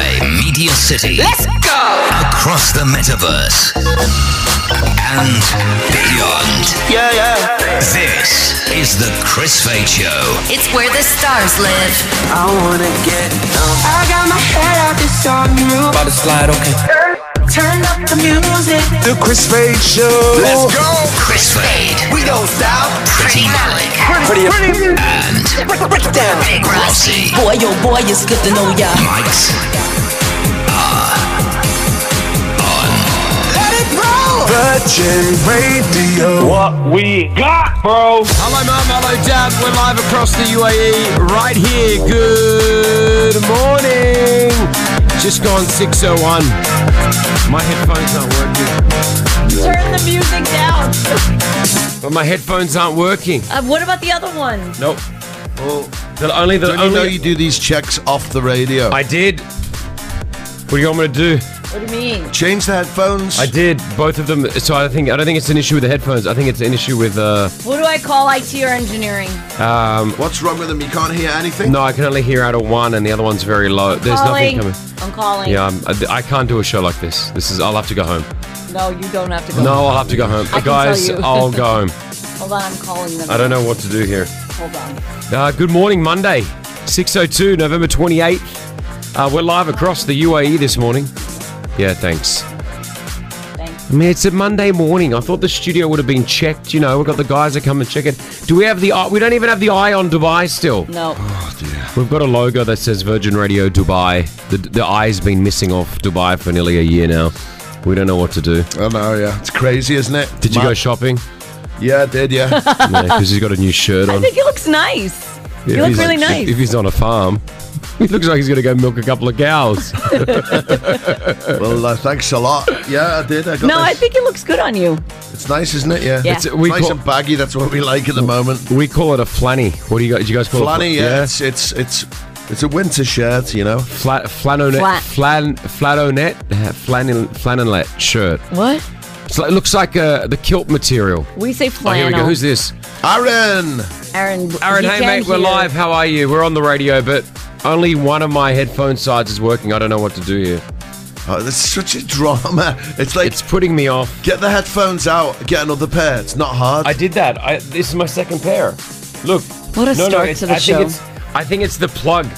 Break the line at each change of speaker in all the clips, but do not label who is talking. Radio City,
Let's go!
across the metaverse, and beyond.
Yeah, yeah.
This is the Chris Fade Show.
It's where the stars live.
I wanna get down.
I got my head out this sunroof.
About to slide, okay.
Turn up the music.
The Chris Fade Show. Let's go.
Chris Fade,
We go south.
Pretty Malik,
Pretty, pretty.
and
Break, break it down.
Big Rossi.
Rossi.
Boy, oh boy, it's good to know ya.
Mics
Virgin Radio.
What we got, bro.
Hello, mum. Hello, dad. We're live across the UAE right here. Good morning. Just gone 601. My headphones aren't working.
Turn the music down.
But my headphones aren't working.
Uh, what about the other one?
Nope. Well, the only the
Don't you
only
know you do these checks off the radio?
I did. What do you want me to do?
What do you mean?
Change the headphones.
I did both of them. So I think I don't think it's an issue with the headphones. I think it's an issue with uh
What do I call IT or engineering?
um.
What's wrong with them? You can't hear anything?
No, I can only hear out of one, and the other one's very low. There's
calling.
nothing coming.
I'm calling.
Yeah, I'm, I, I can't do a show like this. This is. I'll have to go home.
No, you don't have to go.
No, I'll have to go home.
can
Guys,
tell you.
I'll go home.
Hold on, I'm calling them.
I don't know what to do here.
Hold on.
Uh, good morning, Monday, 6.02, November 28th. Uh, we're live across the UAE this morning. Yeah, thanks.
Thanks.
I mean, it's a Monday morning. I thought the studio would have been checked. You know, we've got the guys that come and check it. Do we have the eye? We don't even have the eye on Dubai still.
No.
We've got a logo that says Virgin Radio Dubai. The, the eye's been missing off Dubai for nearly a year now. We don't know what to do.
I know, yeah. It's crazy, isn't it?
Did you
Ma-
go shopping?
Yeah, I did, yeah.
Yeah, because he's got a new shirt on.
I think it looks nice.
Yeah,
you
if
look
he's-
really
if-
nice.
If he's on a farm, he looks like he's going to go milk a couple of cows.
well, uh, thanks a lot. Yeah, I did. I got
no, I
this.
think it looks good on you.
It's nice, isn't it? Yeah.
Yeah.
It's
It's-
we
nice
call-
and baggy. That's what we like at the moment.
we call it a flanny. What do you guys? Do you guys call
Flanny,
it?
yeah. It's, it's, it's, it's a winter shirt, you know.
Flat, flanonet,
Flat.
flan, flanonet, flanin, flanonet shirt.
What?
It's like, it looks like uh, the kilt material.
We say
Oh,
flannel.
here we go. Who's this?
Aaron!
Aaron.
Aaron,
you
hey
can
mate, we're
hear-
live. How are you? We're on the radio, but only one of my headphone sides is working. I don't know what to do here.
Oh, that's such a drama. It's like,
It's putting me off.
get the headphones out, get another pair. It's not hard.
I did that. I, this is my second pair. Look.
What a
no, no,
start
it's,
to the
I
show.
Think it's, I think it's the plug.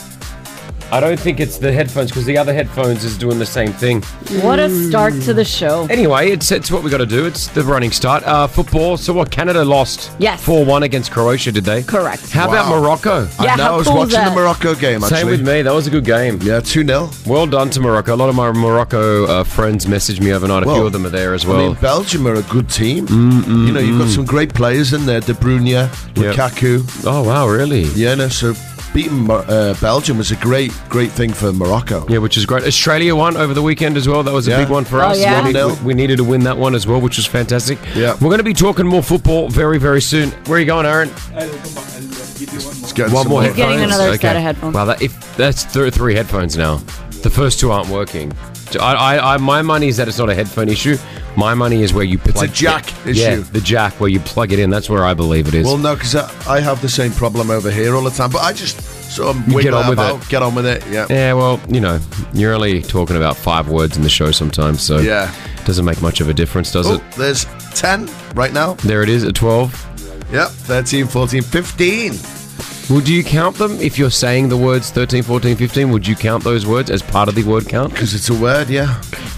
I don't think it's the headphones because the other headphones is doing the same thing. Mm.
What a start to the show.
Anyway, it's it's what we got to do. It's the running start. Uh, football. So what? Canada lost.
Yes.
Four one against Croatia today.
Correct.
How about
Wow.
Morocco?
I
Yeah,
know,
how
I was
cool is
watching
that?
the Morocco game, actually.
Same with me. That was a good game.
Yeah, 2 0.
Well done to Morocco. A lot of my Morocco uh, friends messaged me overnight. A few
Well,
of them are there as
I
well.
mean, Belgium are a good team. you know, you've got some great players in there: De Bruyne, Lukaku.
oh wow, really?
Yeah, no, so beating Mo- uh, Belgium was a great, great thing for Morocco.
Yeah, which is great. Australia won over the weekend as well. That was a
Yeah.
big one for
Oh,
us.
yeah?
We,
1-0.
we- we needed to win that one as well, which was fantastic.
Yeah.
We're going to be talking more football very, very soon. Where are you going, Aaron?
Let's get
One
some
more
He's
headphones.
getting another set of headphones.
Wow, that, if that's th- three headphones now. The first two aren't working. I, I, I, my money is that it's not a headphone issue. My money is where you plug.
a jack
Yeah,
issue.
the jack where you plug it in. That's where I believe it is.
Well, no, because I, I have the same problem over here all the time, but I just sort of
You
wiggle
get on
it
with
about,
it.
get on with it. Yeah.
yeah, well, you know, you're only talking about five words in the show sometimes, so
Yeah.
doesn't make much of a difference, does
Oh,
it?
there's 10 right now.
There it is at twelve.
Yep, 13, 14, 15.
Would you count them if you're saying the words 13, 14, 15? Would you count those words as part of the word count?
Because it's a word, yeah.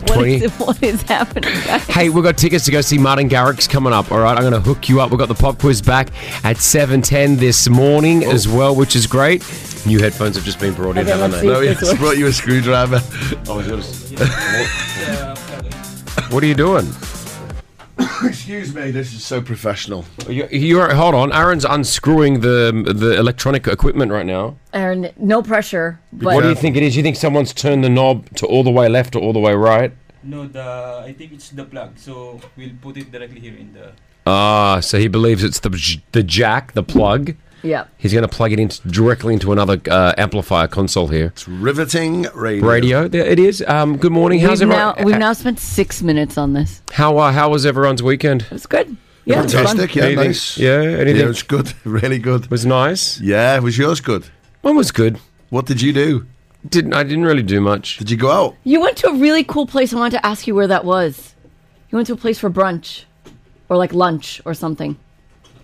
What is,
20.
what is happening, guys?
Hey, we've got tickets to go see Martin Garrix coming up. All right, I'm going to hook you up. We've got the pop quiz back at 7.10 this morning as
Oh.
well, which is great. New headphones have Oh, just been brought in,
Okay,
haven't
let's
they?
see.
No,
This
it's
works.
brought you a screwdriver.
What are you doing?
Excuse me, this is so professional.
You're, you're- hold on. Aaron's unscrewing the, the electronic equipment right now.
Aaron, no pressure. But
What do you think it is? You think someone's turned the knob to all the way left or all the way right?
No, the I think it's the plug. So we'll put it directly here in the.
Ah, so he believes it's the, j- the jack, the plug.
yeah.
He's going to plug it in directly into another uh, amplifier console here.
It's riveting radio.
Radio, there it is. Um, good morning. How's
We've now,
everyone?
we've now spent six minutes on this.
how uh, how was everyone's weekend?
It's good. Yeah, it's fun.
Fantastic, yeah,
Anything-
nice.
yeah, anything-
Yeah, it was good, really good.
Was nice.
Yeah, was yours good?
One was good.
What did you do?
Didn't I didn't really do much.
Did you go out?
You went to a really cool place. I wanted to ask you where that was. You went to a place for brunch or like lunch or something.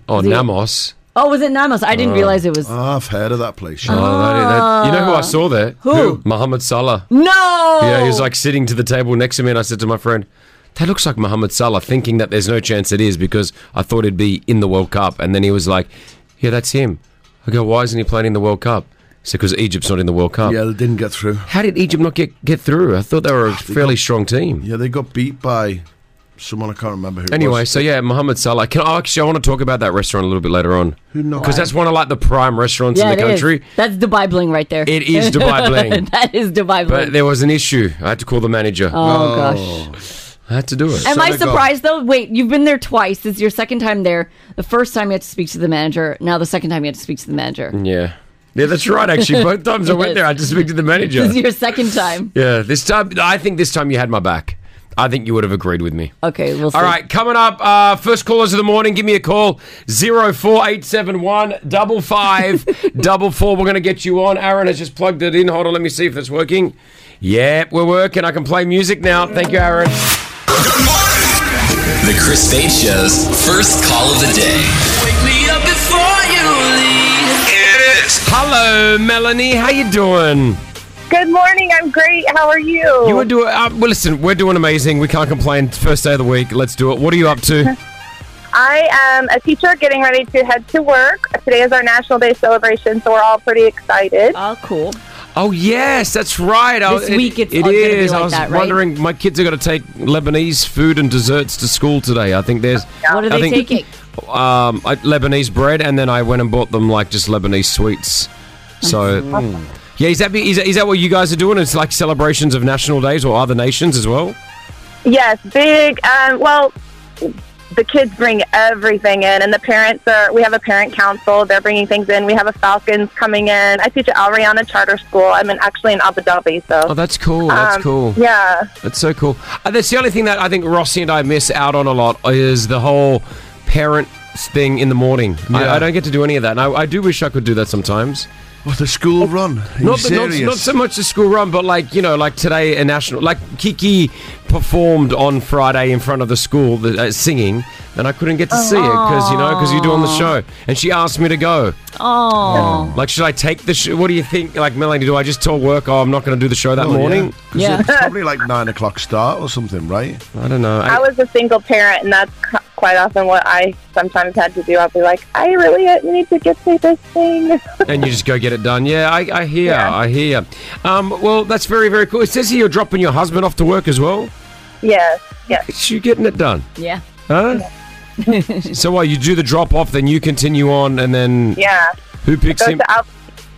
Oh,
The-
Namos.
Oh, was it Namas? I didn't
Oh.
realize it was.
I've heard of Ah, that place.
Oh, that- that- you know who I saw there?
Who? Who?
Mohammed Salah.
No!
Yeah, he was like sitting to the table next to me, and I said to my friend, "That looks like Mohammed Salah." Thinking that there's no chance it is because I thought it'd be in the World Cup, and then he was like, "Yeah, that's him." I go, "Why isn't he playing in the World Cup?" He said, "Because Egypt's not in the World Cup."
Yeah, they didn't get through.
How did Egypt not get get through? I thought they were a fairly strong team.
Yeah, they got beat by someone I can't remember who. it
Anyway,
was.
so yeah, Mohammed Salah. Can I actually? I want to talk about that restaurant a little bit later on.
Who knocked
Because that's one of like the prime restaurants
Yeah,
in the
it is.
country.
That's Dubai Bling right there.
It is Dubai Bling.
that is Dubai Bling.
But there was an issue. I had to call the manager.
Oh, gosh.
gosh. I had to do it.
Am I surprised though? Wait, you've been there twice. This is your second time there. The first time you had to speak to the manager. Now the second time you had to speak to the manager.
Yeah. Yeah, that's right, actually. Both times I went there, I just speak to the manager.
This is your second time.
Yeah, this time, I think this time you had my back. I think you would have agreed with me.
Okay, we'll see.
All right, coming up, uh, first callers of the morning, give me a call. 04871 double five double four. We're going to get you on. Aaron has just plugged it in. Hold on, let me see if that's working. Yep, we're working. I can play music now. Thank you, Aaron.
The Chris Fade Show's first call of the day.
Wake me up before you leave. It is.
Hello, Melanie. How you doing?
Good morning. I'm great. How are you?
You were doing. Uh, well, listen, we're doing amazing. We can't complain. It's First day of the week. Let's do it. What are you up to?
I am a teacher getting ready to head to work. Today is our National Day celebration, so we're all pretty excited.
Oh, cool.
Oh yes, that's right. I-
This week it's
it
all gonna be
is. I
like
was
that, right?
wondering. My kids are going to take Lebanese food and desserts to school today. I think there's.
What are
I
they
think-
taking?
Um, I, Lebanese bread, and then I went and bought them like just Lebanese sweets. So.
Mm.
Yeah, is that, be- is that is that what you guys are doing? It's like celebrations of national days or other nations as well.
Yes, big. Um, well, the kids bring everything in, and the parents are. We have a parent council. They're bringing things in. We have a Falcons coming in. I teach at Al Rayana Charter School. I'm in, actually in Abu Dhabi, so.
Oh, that's cool. That's
um,
cool.
Yeah.
That's so cool. Uh, that's the only thing that I think Rossi and I miss out on a lot is the whole parent thing in the morning.
Yeah.
I, I don't get to do any of that. And I, I do wish I could do that sometimes.
What, the school run? Are you
Not, the, not,
serious?
not so much the school run, but like, you know, like today, a national. Like Kiki performed on Friday in front of the school the, uh, singing, and I couldn't get to see it because, you know, because you're doing the show. And she asked me to go.
Oh.
Like, should I take the show? What do you think? Like, Melanie, do I just tell work, oh, I'm not going to do the show that
Oh, yeah.
morning?
'Cause Yeah. it's probably like nine o'clock start or something, right?
I don't know.
I was a single parent, and that's cu- quite often what I sometimes had to do. I'd be like, I really need to get to this thing.
and you just go get it done. Yeah, I, I hear, I hear. Um, well, that's very, very cool. It says here you're dropping your husband off to work as well.
yes, yes,
It's you getting it done,
Yeah.
huh? so what? You do the drop off, then you continue on, and then
Yeah.
Who picks
I go
him?
to Al-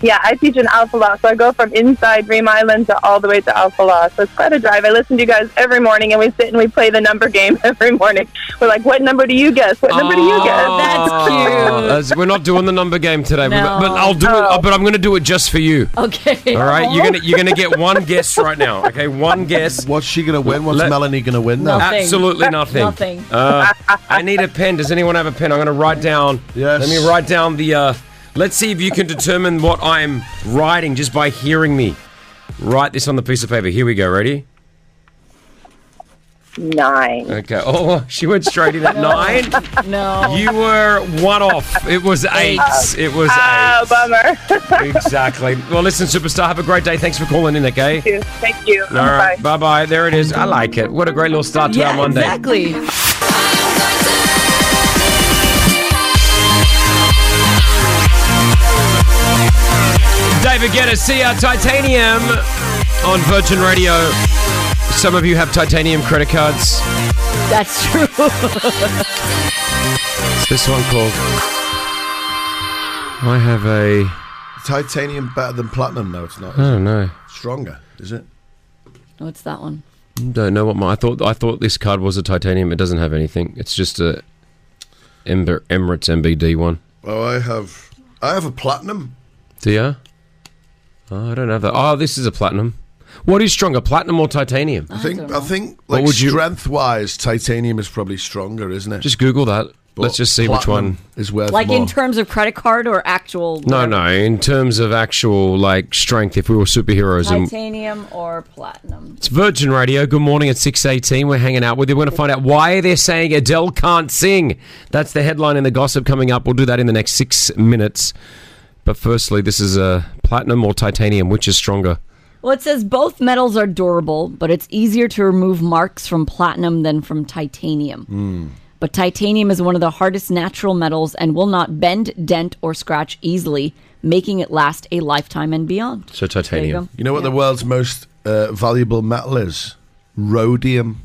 yeah, I teach in Alpha Law, so I go from inside Dream Island to all the way to Alpha Law. So it's quite a drive. I listen to you guys every morning, and we sit and we play the number game every morning. We're like, what number do you guess? What number do you guess?
Oh, that's- we're not doing the number game today, We're-
No.
but I'll do it. But I'm going to do it just for you.
Okay.
All Oh. right, you're gonna you're gonna get one guess right now. Okay, one guess.
What's she gonna win? What's
Let-
Melanie gonna win? Now?
Absolutely nothing. Uh, I need a pen. Does anyone have a pen? I'm going to write down.
Yes.
Let me write down the. Uh, let's see if you can determine what I'm writing just by hearing me. Write this on the piece of paper. Here we go. Ready?
Nine.
Okay. Oh, she went straight in at nine.
No.
You were one off. It was eight. Ah. It was
Oh,
eight.
Uh, bummer.
Exactly. Well, listen, superstar. Have a great day. Thanks for calling in. Okay.
Thank you. Thank you.
All right. Bye bye. There it is. I like it. What a great little start to our Monday.
Exactly.
David Guetta, see our titanium on Virgin Radio. Some of you have titanium credit cards.
That's true.
It's this one called. I have a.
Titanium better than platinum? No, it's not. is
I don't
it?
know.
Stronger, is it?
What's that one?
Don't know what my. I thought. I thought this card was a titanium. It doesn't have anything. It's just a Ember, Emirates MBD one.
Oh, I have, I have a platinum.
Do you? Oh, I don't have that. Oh, this is a platinum. What is stronger, platinum or titanium?
Oh,
I think. I think
What
like
would you-
strength-wise, titanium is probably stronger, isn't it?
Just Google that. Let's just see which
platinum
one
is worth
like in terms of credit card or actual
no, no. In terms of actual like strength, if we were superheroes, and
titanium or platinum.
it's Virgin Radio. Good morning at six eighteen. We're hanging out with you. We're going to find out why they're saying Adele can't sing. That's the headline and the gossip coming up. We'll do that in the next six minutes. But firstly, this is a platinum or titanium. Which is stronger?
Well, it says both metals are durable, but it's easier to remove marks from platinum than from titanium.
Hmm.
But titanium is one of the hardest natural metals and will not bend, dent, or scratch easily, making it last a lifetime and beyond.
So
titanium. There you
You,
go.
know what the world's most uh, valuable metal is? Rhodium.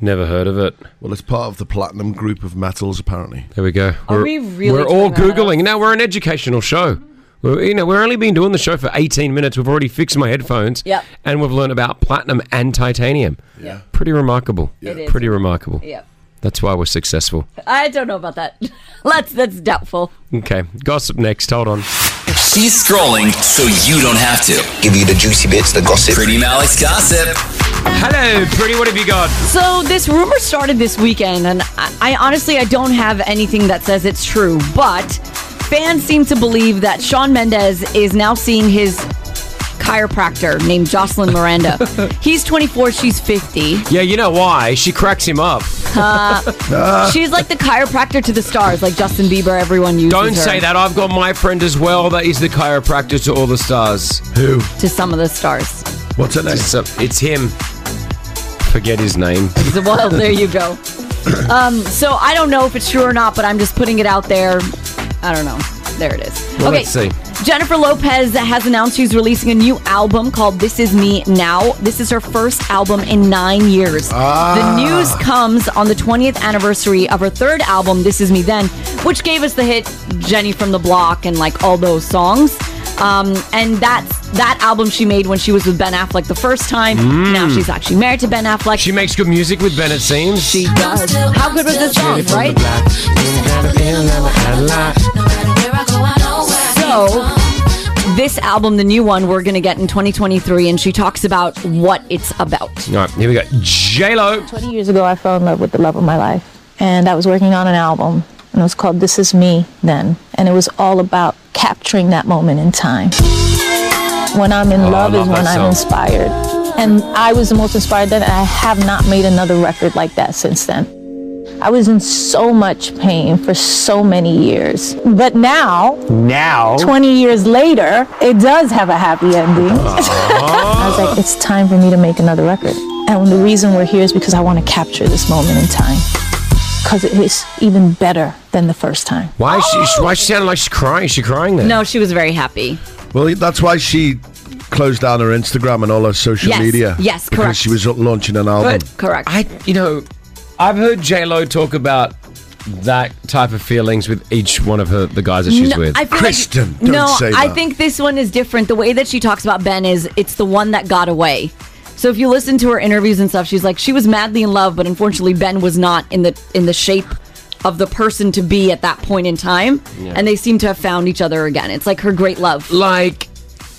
Never heard of it.
Well, it's part of the platinum group of metals, apparently.
There we go.
Are we really
We're all
trying that
googling. Now we're an educational show. We're, you know, we're only been doing the show for eighteen minutes. We've already fixed my headphones.
Yep.
And we've learned about platinum and titanium.
Yeah.
Pretty remarkable.
It is.
Pretty remarkable.
Yep.
That's why we're successful.
I don't know about that. Let's. That's doubtful.
Okay. Gossip next. Hold on.
She's scrolling so you don't have to. Give you the juicy bits, the gossip. Pretty Malik's gossip.
Hello, pretty. What have you got?
So this rumor started this weekend, and I, I honestly I don't have anything that says it's true, but fans seem to believe that Sean Mendez is now seeing his chiropractor named Jocelyn Miranda. He's 24, she's 50.
Yeah, you know why? She cracks him up.
Uh, she's like the chiropractor to the stars, like Justin Bieber. Everyone uses.
Don't
her
say that. I've got my friend as well. That is the chiropractor to all the stars.
Who?
to some of the stars.
What's her name?
It's, uh, it's him. Forget his name.
So, Well, there you go. Um, so I don't know if it's true or not, but I'm just putting it out there. I don't know. There it is.
Well,
okay.
let's see.
Jennifer Lopez has announced she's releasing a new album called This Is Me Now. This is her first album in nine years.
Ah.
The news comes on the 20th anniversary of her third album, This Is Me Then, which gave us the hit Jenny from the Block and like all those songs. Um, and that's that album she made when she was with Ben Affleck the first time.
Mm.
Now she's actually married to Ben Affleck.
She makes good music with Ben, it seems.
She does. How good was this song, right? So, this album, the new one, we're going to get in 2023, and she talks about what it's about.
All right, here we go. J Lo.
20 years ago, I fell in love with the love of my life, and I was working on an album, and it was called This Is Me then, and it was all about capturing that moment in time. When I'm in
Oh, I
love is
love
when
that
I'm
song.
inspired, and I was the most inspired then, and I have not made another record like that since then. I was in so much pain for so many years, but now,
Now.
20 years later, it does have a happy ending. I was like, it's time for me to make another record. And the reason we're here is because I want to capture this moment in time. Because it is even better than the first time.
Why is she? Why is she sounding like she's crying? Is she crying there?
No, she was very happy.
Well, that's why she closed down her Instagram and all her social
Yes,
media.
yes,
Because
correct.
she was launching an album.
But correct. I, you know, I've heard J Lo talk about that type of feelings with each one of her the guys that she's
No,
with.
I feel like- no, I think this one is different. The way that she talks about Ben is it's the one that got away. So if you listen to her interviews and stuff, she's like she was madly in love, but unfortunately Ben was not in the in the shape of the person to be at that point in time,
Yeah.
and they seem to have found each other again. It's like her great love.
Like,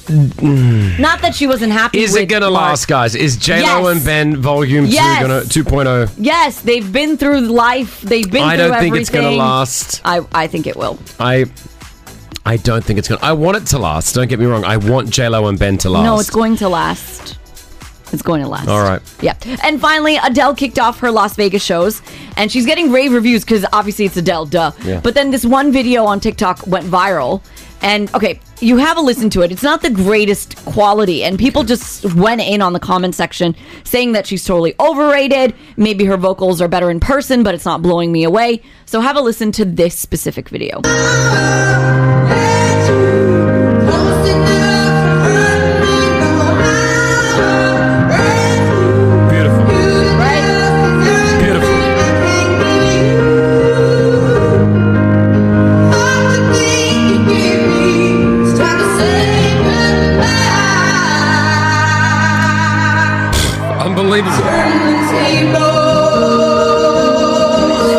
not that she wasn't happy.
Mm. Is it
with
gonna
Mark.
last, guys? Is J Lo
Yes.
and Ben Volume
Yes.
Two oh? gonna 2.0?
Yes, they've been through life. They've been.
I
through
don't think it's gonna
everything.
last.
I I think it will.
I. I don't think it's gonna. I want it to last. Don't get me wrong. I want J Lo and Ben to last.
No, it's going to last. It's going to last.
All right.
Yep. And finally, Adele kicked off her Las Vegas shows, and she's getting rave reviews because obviously it's Adele, duh.
Yeah.
But then this one video on TikTok went viral, and okay, you have a listen to it. It's not the greatest quality, and people just went in on the comment section saying that she's totally overrated. Maybe her vocals are better in person, but it's not blowing me away. So have a listen to this specific video.
Unbelievable.
What's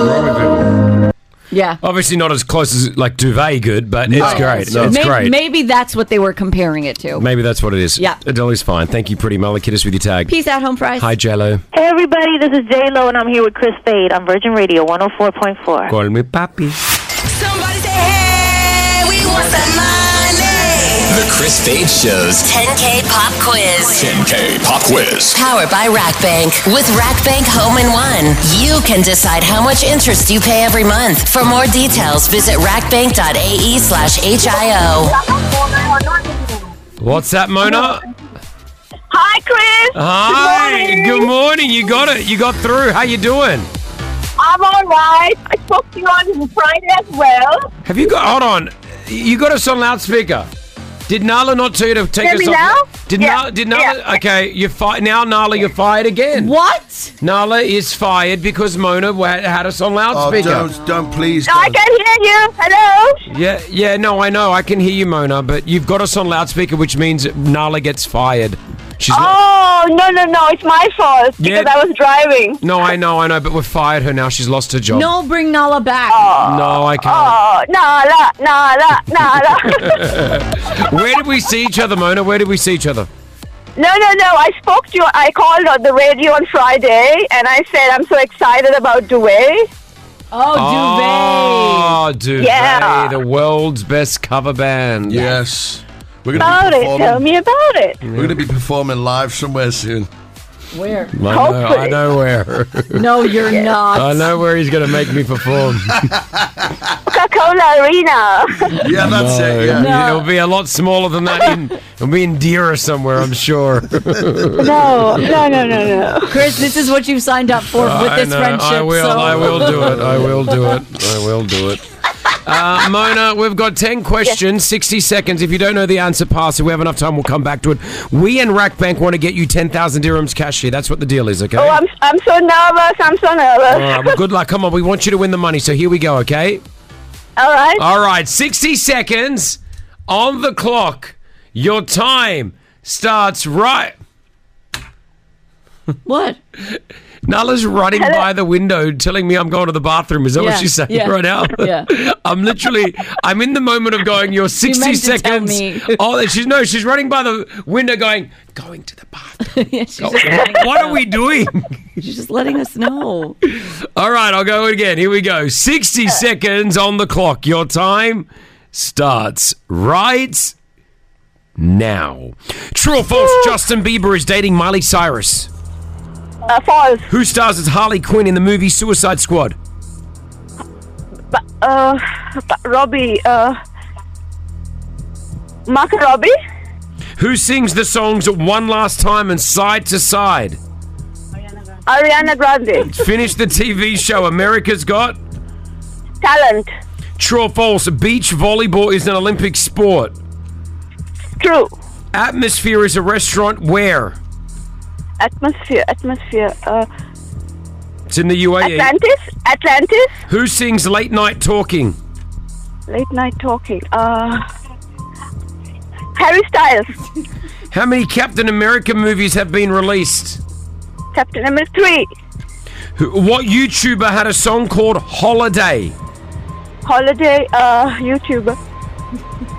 wrong with it?
Yeah.
Obviously not as close as like duvet good, but
No.
it's great. it's
Oh. May-
great.
Maybe that's what they were comparing it to.
Maybe that's what it is.
Yeah.
Adele's fine. Thank you, pretty Molly. Kid us with your tag.
Peace out, home fries.
Hi, Jello.
Hey everybody, this is J Lo, and I'm here with Chris Fade on Virgin Radio 104.4.
Call me papi.
The Chris Fade Show's
10K Pop Quiz.
10K Pop Quiz.
Powered by RackBank. With RackBank Home in One, you can decide how much interest you pay every month. For more details, visit rackbank.ae slash HIO.
What's that, Mona?
Hi, Chris.
Hi.
Good morning.
Good morning. You got it. You got through. How you doing?
I'm all right. I spoke to you on Friday as well.
Have you got? Hold on. You got us on loudspeaker. Did Nala not tell you to take
Hear
us
me
off?
now?
Did
Yeah,
Nala? Did Nala? Okay, you're fired now. Nala, you're fired again.
What?
Nala is fired because Mona wa- had us on loudspeaker.
Oh, don't- don't please.
I can hear you. Hello.
Yeah, yeah, no, I know. I can hear you, Mona, but you've got us on loudspeaker, which means Nala gets fired. She's not.
Oh no no no! It's my fault
Yeah.
because I was driving.
No, I know, I know, but we've fired her now. She's lost her job.
No, bring Nala back.
No, I can't.
Oh Nala Nala Nala.
Where did we see each other, Mona? Where did we see each other?
No, no, no. I spoke to you. I called on the radio on Friday and I said, I'm so excited about Duet.
Oh, Duvet,
Yeah.
the world's best cover band.
Yes. We're gonna
About
be
it.
performing-
Tell me about it.
We're going to be performing live somewhere soon.
Where?
I know, I know where.
No, you're not.
I know where he's going to make me perform.
Coca Cola Arena.
Yeah, that's
No,
it, yeah.
It'll, it'll be a lot smaller than that. In, it'll be in Deera somewhere, I'm sure.
no, no, no, no, no.
Chris, this is what you signed up for with
I
this
know,
friendship.
I will.
so-
I will do it. I will do it. I will do it. Uh, Mona, we've got 10 questions, 60 seconds. If you don't know the answer, pass. If we have enough time, we'll come back to it. We and Rackbank want to get you 10,000 dirhams cash here. That's what the deal is, okay?
Oh, uh, I'm, I'm so nervous. I'm so
All
nervous.
right, well, good luck. Come on, we want you to win the money, so here we go, okay?
All right.
All right, 60 seconds on the clock. Your time starts right.
What?
Nala's running
Hello?
by the window telling me I'm going to the bathroom. Is that
Yeah,
what she's saying
yeah,
right now?
yeah.
I'm literally, I'm in the moment of going, you're 60
meant to tell
seconds.
me.
Oh, she's, no, she's running by the window going, going to the bathroom.
Go-
what are we doing?
She's just letting us know.
All right, I'll go again. Here we go.
Uh.
60 seconds on the clock. Your time starts right now. True or false, Justin Bieber is dating Miley Cyrus?
Uh, false.
Who stars as Harley Quinn in the movie Suicide Squad?
Uh, but Robbie. Uh, Mark Robbie.
Who sings the songs One Last Time and Side to Side?
Ariana Grande.
Finish the TV show America's Got?
Talent.
True or false, beach volleyball is an Olympic sport?
True.
Atmosphere is a restaurant where?
Atmosphere. Atmosphere. Uh,
It's in the UAE.
Atlantis. Atlantis.
Who sings Late Night Talking?
Late night talking. Uh, Harry Styles.
How many Captain America movies have been released?
Captain America three.
Who- What YouTuber had a song called Holiday?
Holiday. Uh, YouTuber.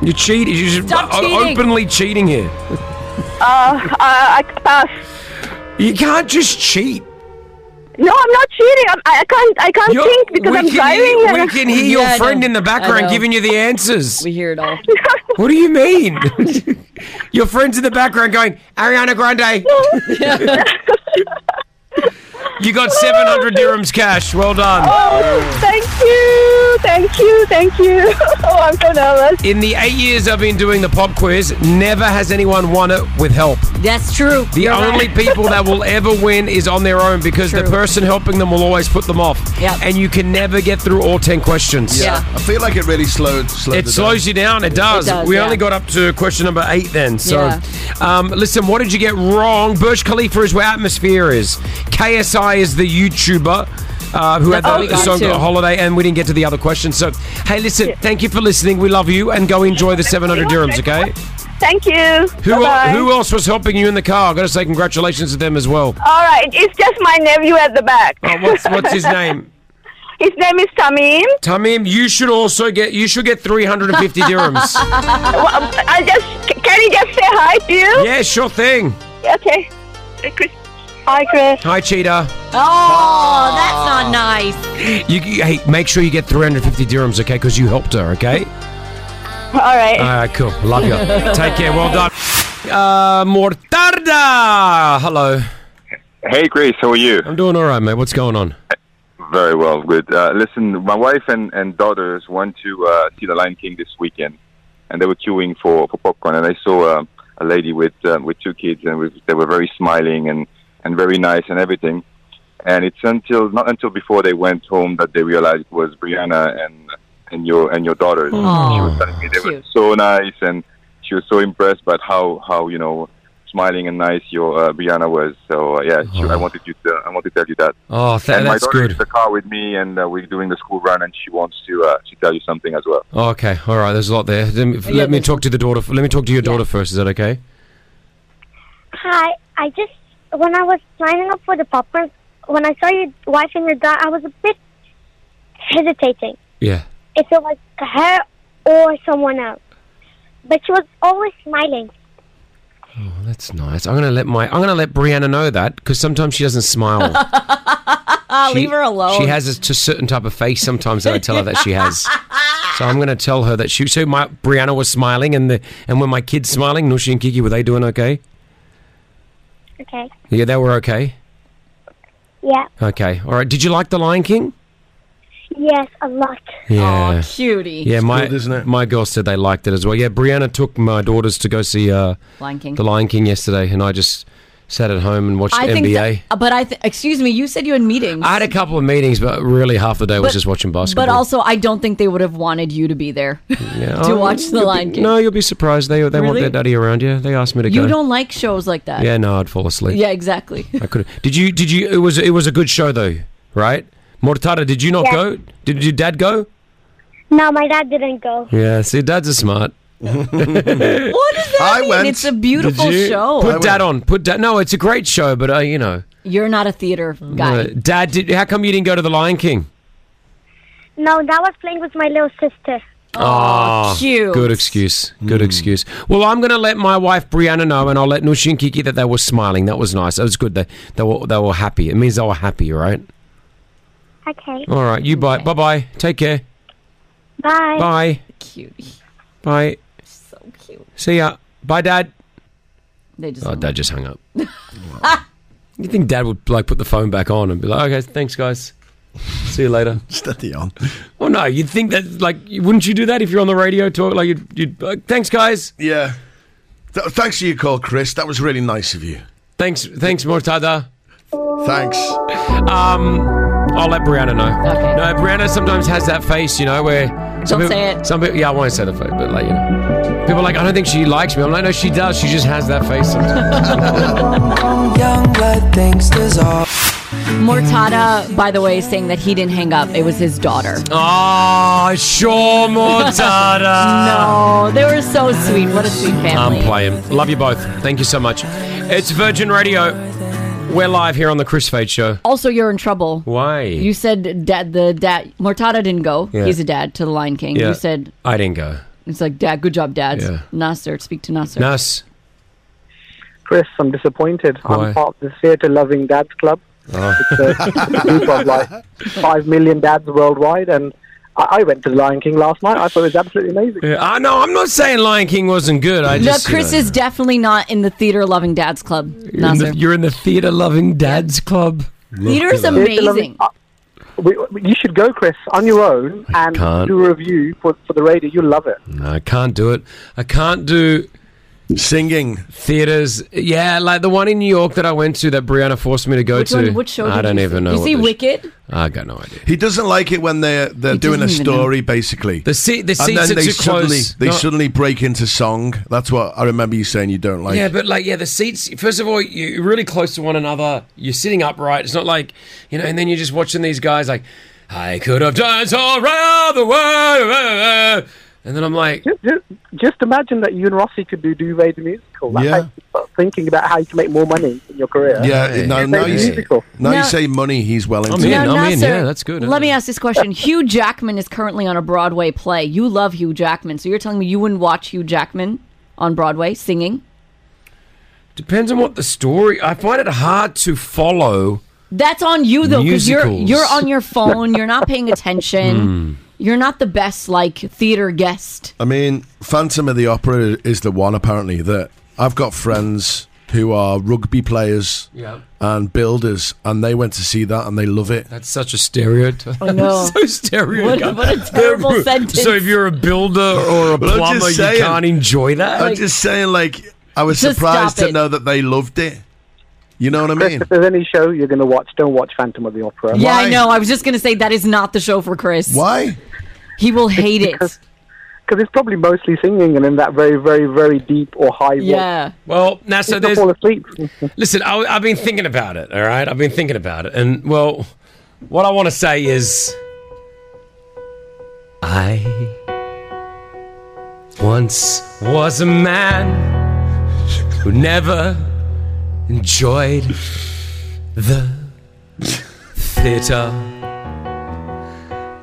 You cheat. You're just
Stop
o-
cheating.
openly cheating here.
Uh, I, I pass.
You can't just cheat.
No, I'm not cheating. I'm, I I can't. I can't
You're-
think because
we
I'm
can
driving.
Hear,
and-
we can hear your friend in the background giving you the answers.
We hear it all.
What do you mean? your friend's in the background going, Ariana Grande. you got 700 dirhams cash. Well done.
Oh, thank you, thank you, thank you. Oh, I'm so nervous.
In the eight years I've been doing the pop quiz, never has anyone won it with help.
That's true.
The
You're
only
right.
people that will ever win is on their own because the person helping them will always put them off.
Yep.
And you can never get through all 10 questions.
Yeah. I feel like it really slowed. slowed
It slows you down. It does.
does,
we
yeah.
only got up to question number eight then. So,
Yeah.
um, listen, what did you get wrong? Burj Khalifa is where atmosphere is. KSI is the YouTuber. Uh, who
That's what we
had the
got
song
too.
holiday, and we didn't get to the other question. So, hey, listen, thank you for listening. We love you, and go enjoy the 700 dirhams, okay?
Thank you.
Who,
Bye-bye.
who else was helping you in the car? i got to say congratulations to them as well.
All right, it's just my nephew at the back.
Oh, what's, what's his name?
His name is Tamim.
Tamim, you should also get you should get 350 dirhams.
Well, I just can you just say hi to you?
yeah, sure thing.
Okay. Hey, Chris. Hi, Chris.
Hi, Cheetah.
Oh, that's not nice.
You, you- hey, make sure you get 350 dirhams, okay? Because you helped her, okay?
All right.
All right, cool. Love you. Take care. Well done. Uh, Mortarda. Hello.
Hey, Grace, how are you?
I'm doing all right, mate. What's going on?
Very well, good. Uh, listen, my wife and, and daughters went to uh, see The Lion King this weekend, and they were queuing for, for popcorn. And I saw uh, a lady with uh, with two kids, and we, they were very smiling and, and very nice and everything. And it's until not until before they went home that they realized it was Brianna and and your and your daughters. She was telling me they were so nice, and she was so impressed by how how you know smiling and nice your uh, Brianna was. So uh, yeah, she, I wanted you to I want to tell you that
Oh, th-
and
that's
my daughter
good.
is in the car with me, and uh, we're doing the school run, and she wants to uh, to tell you something as well.
Oh, okay. All right. There's a lot there. Let me,
Yeah,
let me talk to the daughter. f- Let me talk to your daughter first. Is that okay?
Hi, I just when I was lining up for the popcorn, when I saw your wife and your dad, I was a bit hesitating
Yeah.
if it was her or someone else. But she was always smiling.
Oh, that's nice. I'm gonna let my I'm gonna let Brianna know that because sometimes she doesn't smile.
Uh, Leave her alone.
She has a t- certain type of face sometimes that I tell her that she has. So I'm going to tell her that she. So my Brianna was smiling, and the and when my kids smiling, Nushi and Kiki were they doing okay?
Okay.
Yeah, they were okay.
Yeah.
Okay, all right. Did you like the Lion King?
Yes, a lot.
Yeah.
cutie.
Yeah, my my girl said they liked it as well. Yeah, Brianna took my daughters to go see uh,
Lion King.
the Lion King yesterday, and I just sat at home and watched
I think
NBA.
that- but I th- excuse me, you said you had meetings.
I had a couple of meetings, but really half the day was
But-
just watching basketball.
But also, I don't think they would have wanted you to be there
Yeah.
to
Oh,
watch the
you'll be-
Lion King.
No, you'll be surprised. They they want
Really?
their daddy around. Yeah, they asked me to go.
you don't like shows like that.
Yeah, no, I'd fall asleep.
Yeah, exactly.
I could. Did you? Did you? It was. It was a good show, though, right? Mortada, did you not
Yeah.
go? Did your dad go?
No, my dad didn't go.
Yeah. See, dads are smart. what does that
I mean? went. It's a beautiful show. I
Put
went.
dad on. Put dad. No, it's a great show, but uh, you know,
You're not a theater guy.
uh, dad. Did how come you didn't go to the Lion King?
No, that was playing with my little sister.
Oh,
cute.
Good excuse. Good excuse. Well, I'm going to let my wife Brianna know, and I'll let Nushi and Kiki that they were smiling. That was nice. That was good. They they were they were happy. It means they were happy, right?
Okay.
All right. You bye. Bye bye. Take care.
Bye.
Bye.
Cutie.
Bye. So
cute.
See ya. Bye, Dad.
They just
Oh, Dad just hung up. you think Dad would like put the phone back on and be like, "Okay, thanks, guys. See you later."
Steady on.
Well, no, you'd think that like, wouldn't you do that if you're on the radio talk? Like, you'd, you'd like, thanks, guys.
Yeah. Th- thanks for your call, Chris. That was really nice of you.
Thanks, thanks, Mortada.
Thanks.
Um, I'll let Brianna know. Okay. No, Brianna sometimes has that face, you know, where some
Don't
people,
say it.
Some people, yeah, I won't say the face, but like, you know, people are like, I don't think she likes me. I'm like, no, she does. She just has that face sometimes.
Young blood thinks dissolve.
Mortada, by the way, is saying that he didn't hang up. It was his daughter.
Oh, sure, Mortada.
no, they were so sweet. What a sweet family.
I'm playing. Love you both. Thank you so much. It's Virgin Radio. We're live here on the Chris Fade Show.
also, you're in trouble.
Why?
You said dad, the dad, Mortada didn't go.
Yeah.
He's a dad to the Lion King.
Yeah.
You said,
I didn't go.
it's like, dad, good job, dad.
Yeah.
Nasser, speak to Nasser.
Nas.
Chris, I'm disappointed.
Why?
I'm part of the theatre loving dads club.
Oh. Uh,
It's a, it's a group of like five million dads worldwide, and I, I went to the Lion King last night. I thought it was absolutely amazing.
Yeah, I know. I'm not saying Lion King wasn't good. I
no,
just you
Chris
know.
is definitely not in the theater loving dad's club.
You're in,
Nasser.
the, you're in the theater loving dads club.
Theater's
Theatre
amazing.
loving- uh, we- we- you should go, Chris, on your own and
can't.
do a review for, for the radio. You'll love it.
No, I can't do it. I can't do singing theaters. Yeah, like the one in New York that I went to that Brianna forced me to go
Which
to.
one- which show
I
did
don't
you
even know.
you
what
see
the-
Wicked?
I got no idea.
He doesn't like it when they're they're doing a
doesn't even know.
story, basically. The
seat, the
and
seats
then
are
they
too
suddenly
close.
they
No.
suddenly break into song. That's what I remember you saying. You don't like.
yeah, but like, yeah, the seats. First of all, you're really close to one another. You're sitting upright. It's not like you know. And then you're just watching these guys. Like, I could have danced all around the world. And then I'm like,
Just, just imagine that you and Rossi could do Duvet the musical. That
Yeah.
makes- thinking about how you can make more money in your career.
Yeah, no,
It's
now you, say,
musical.
now
Now-
you say money, he's well into
in,
it.
Now, I'm in. Nasser, Yeah,
that's good.
Let me ask this question. Hugh Jackman is currently on a Broadway play. You love Hugh Jackman, so you're telling me you wouldn't watch Hugh Jackman on Broadway singing?
Depends on what the story. I find it hard to follow.
That's on you though, because you're
Musicals.
you're on your phone. You're not paying
Hmm.
attention. You're not the best like theater
Hmm.
guest.
I mean, Phantom of the Opera is the one apparently that I've got friends who are rugby players
Yeah.
and builders, and they went to see that and they love it.
That's such a stereotype.
I know.
so stereo.
Oh, What- what a terrible sentence.
So if you're a builder or
Well,
a
I'm just
plumber, you
saying.
can't enjoy that.
I'm just saying, like, I was
Just
surprised
stop
to
it.
know that they loved it. You know what I
Chris,
mean?
if there's any show you're going to watch, don't watch Phantom of the Opera.
Yeah, I know. I was just gonna say that is not the show for Chris.
Why?
He will hate it.
Because it's probably mostly singing and in that very, very, very deep or high voice.
Yeah.
Well, now
People
so there's.
fall asleep.
Listen, I, I've been thinking about it. All right, I've been thinking about it, and well, what I want to say is, I once was a man who never enjoyed the theater,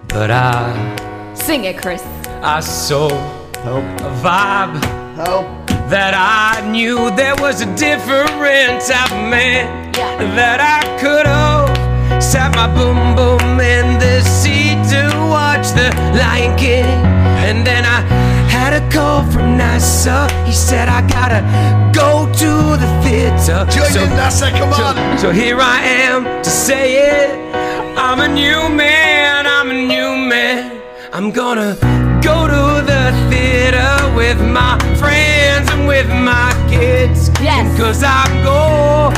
but I.
Sing it, Chris.
I saw a vibe that I knew there was a different type of man that I could hold. Sat my boom boom in the seat to watch the Lion King, and then I had a call from NASA. He said I gotta go to the theater.
Join in, NASA, come on.
So here I am to say it. I'm a new man, I'm a new man. I'm gonna go to the theater with my friends and with my kids. Yes. Cause I go,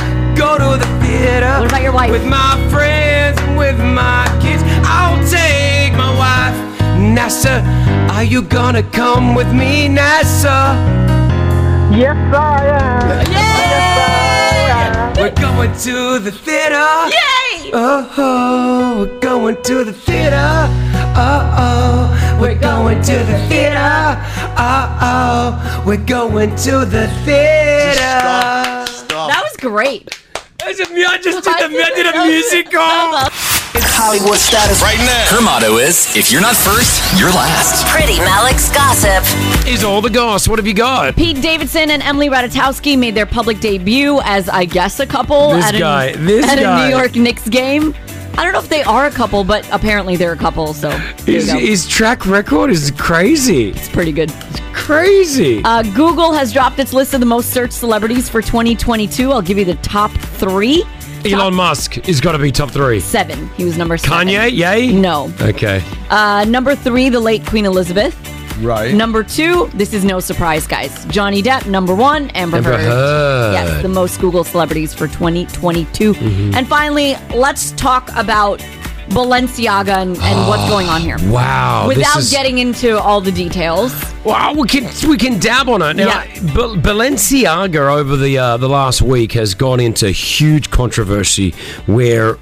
go to the theater. What about your wife? With my friends and with my kids. I'll take my wife, NASA. Are you gonna come with me, NASA?
Yes, I am.
We're going to the theater. Yay! Oh, oh, we're going to the theater. Oh, oh, we're going to the theater. Oh, oh, we're going to the theater.
That was great.
I just, did the, I did a musical.
Hollywood status. Right now.
Her motto is if you're not first, you're last.
Pretty Malik's gossip.
Is all the goss. What have you got?
Pete Davidson and Emily Ratajkowski made their public debut as, I guess, a couple
This
at, a-
guy, this
at
guy.
a New York Knicks game. I don't know if they are a couple, but apparently they're a couple. So there you
His,
go.
his track record is crazy. It's
pretty good.
crazy.
Uh, Google has dropped its list of the most searched celebrities for 2022. I'll give you the top three.
Elon Musk has got to be top three.
Seven. He was number seven.
Kanye, yay?
No.
Okay.
Uh, number three, the late Queen Elizabeth.
Right.
Number two, this is no surprise, guys. Johnny Depp, number one. Amber,
Amber
Heard.
Heard.
Yes, the most Google celebrities for 2022.
Mhm.
And finally, let's talk about Balenciaga and, and what's going on here.
wow, this
Without
is-
getting into all the details.
Wow, we can we can dab on it now.
Yeah.
Bal- Balenciaga over the uh, the last week has gone into huge controversy where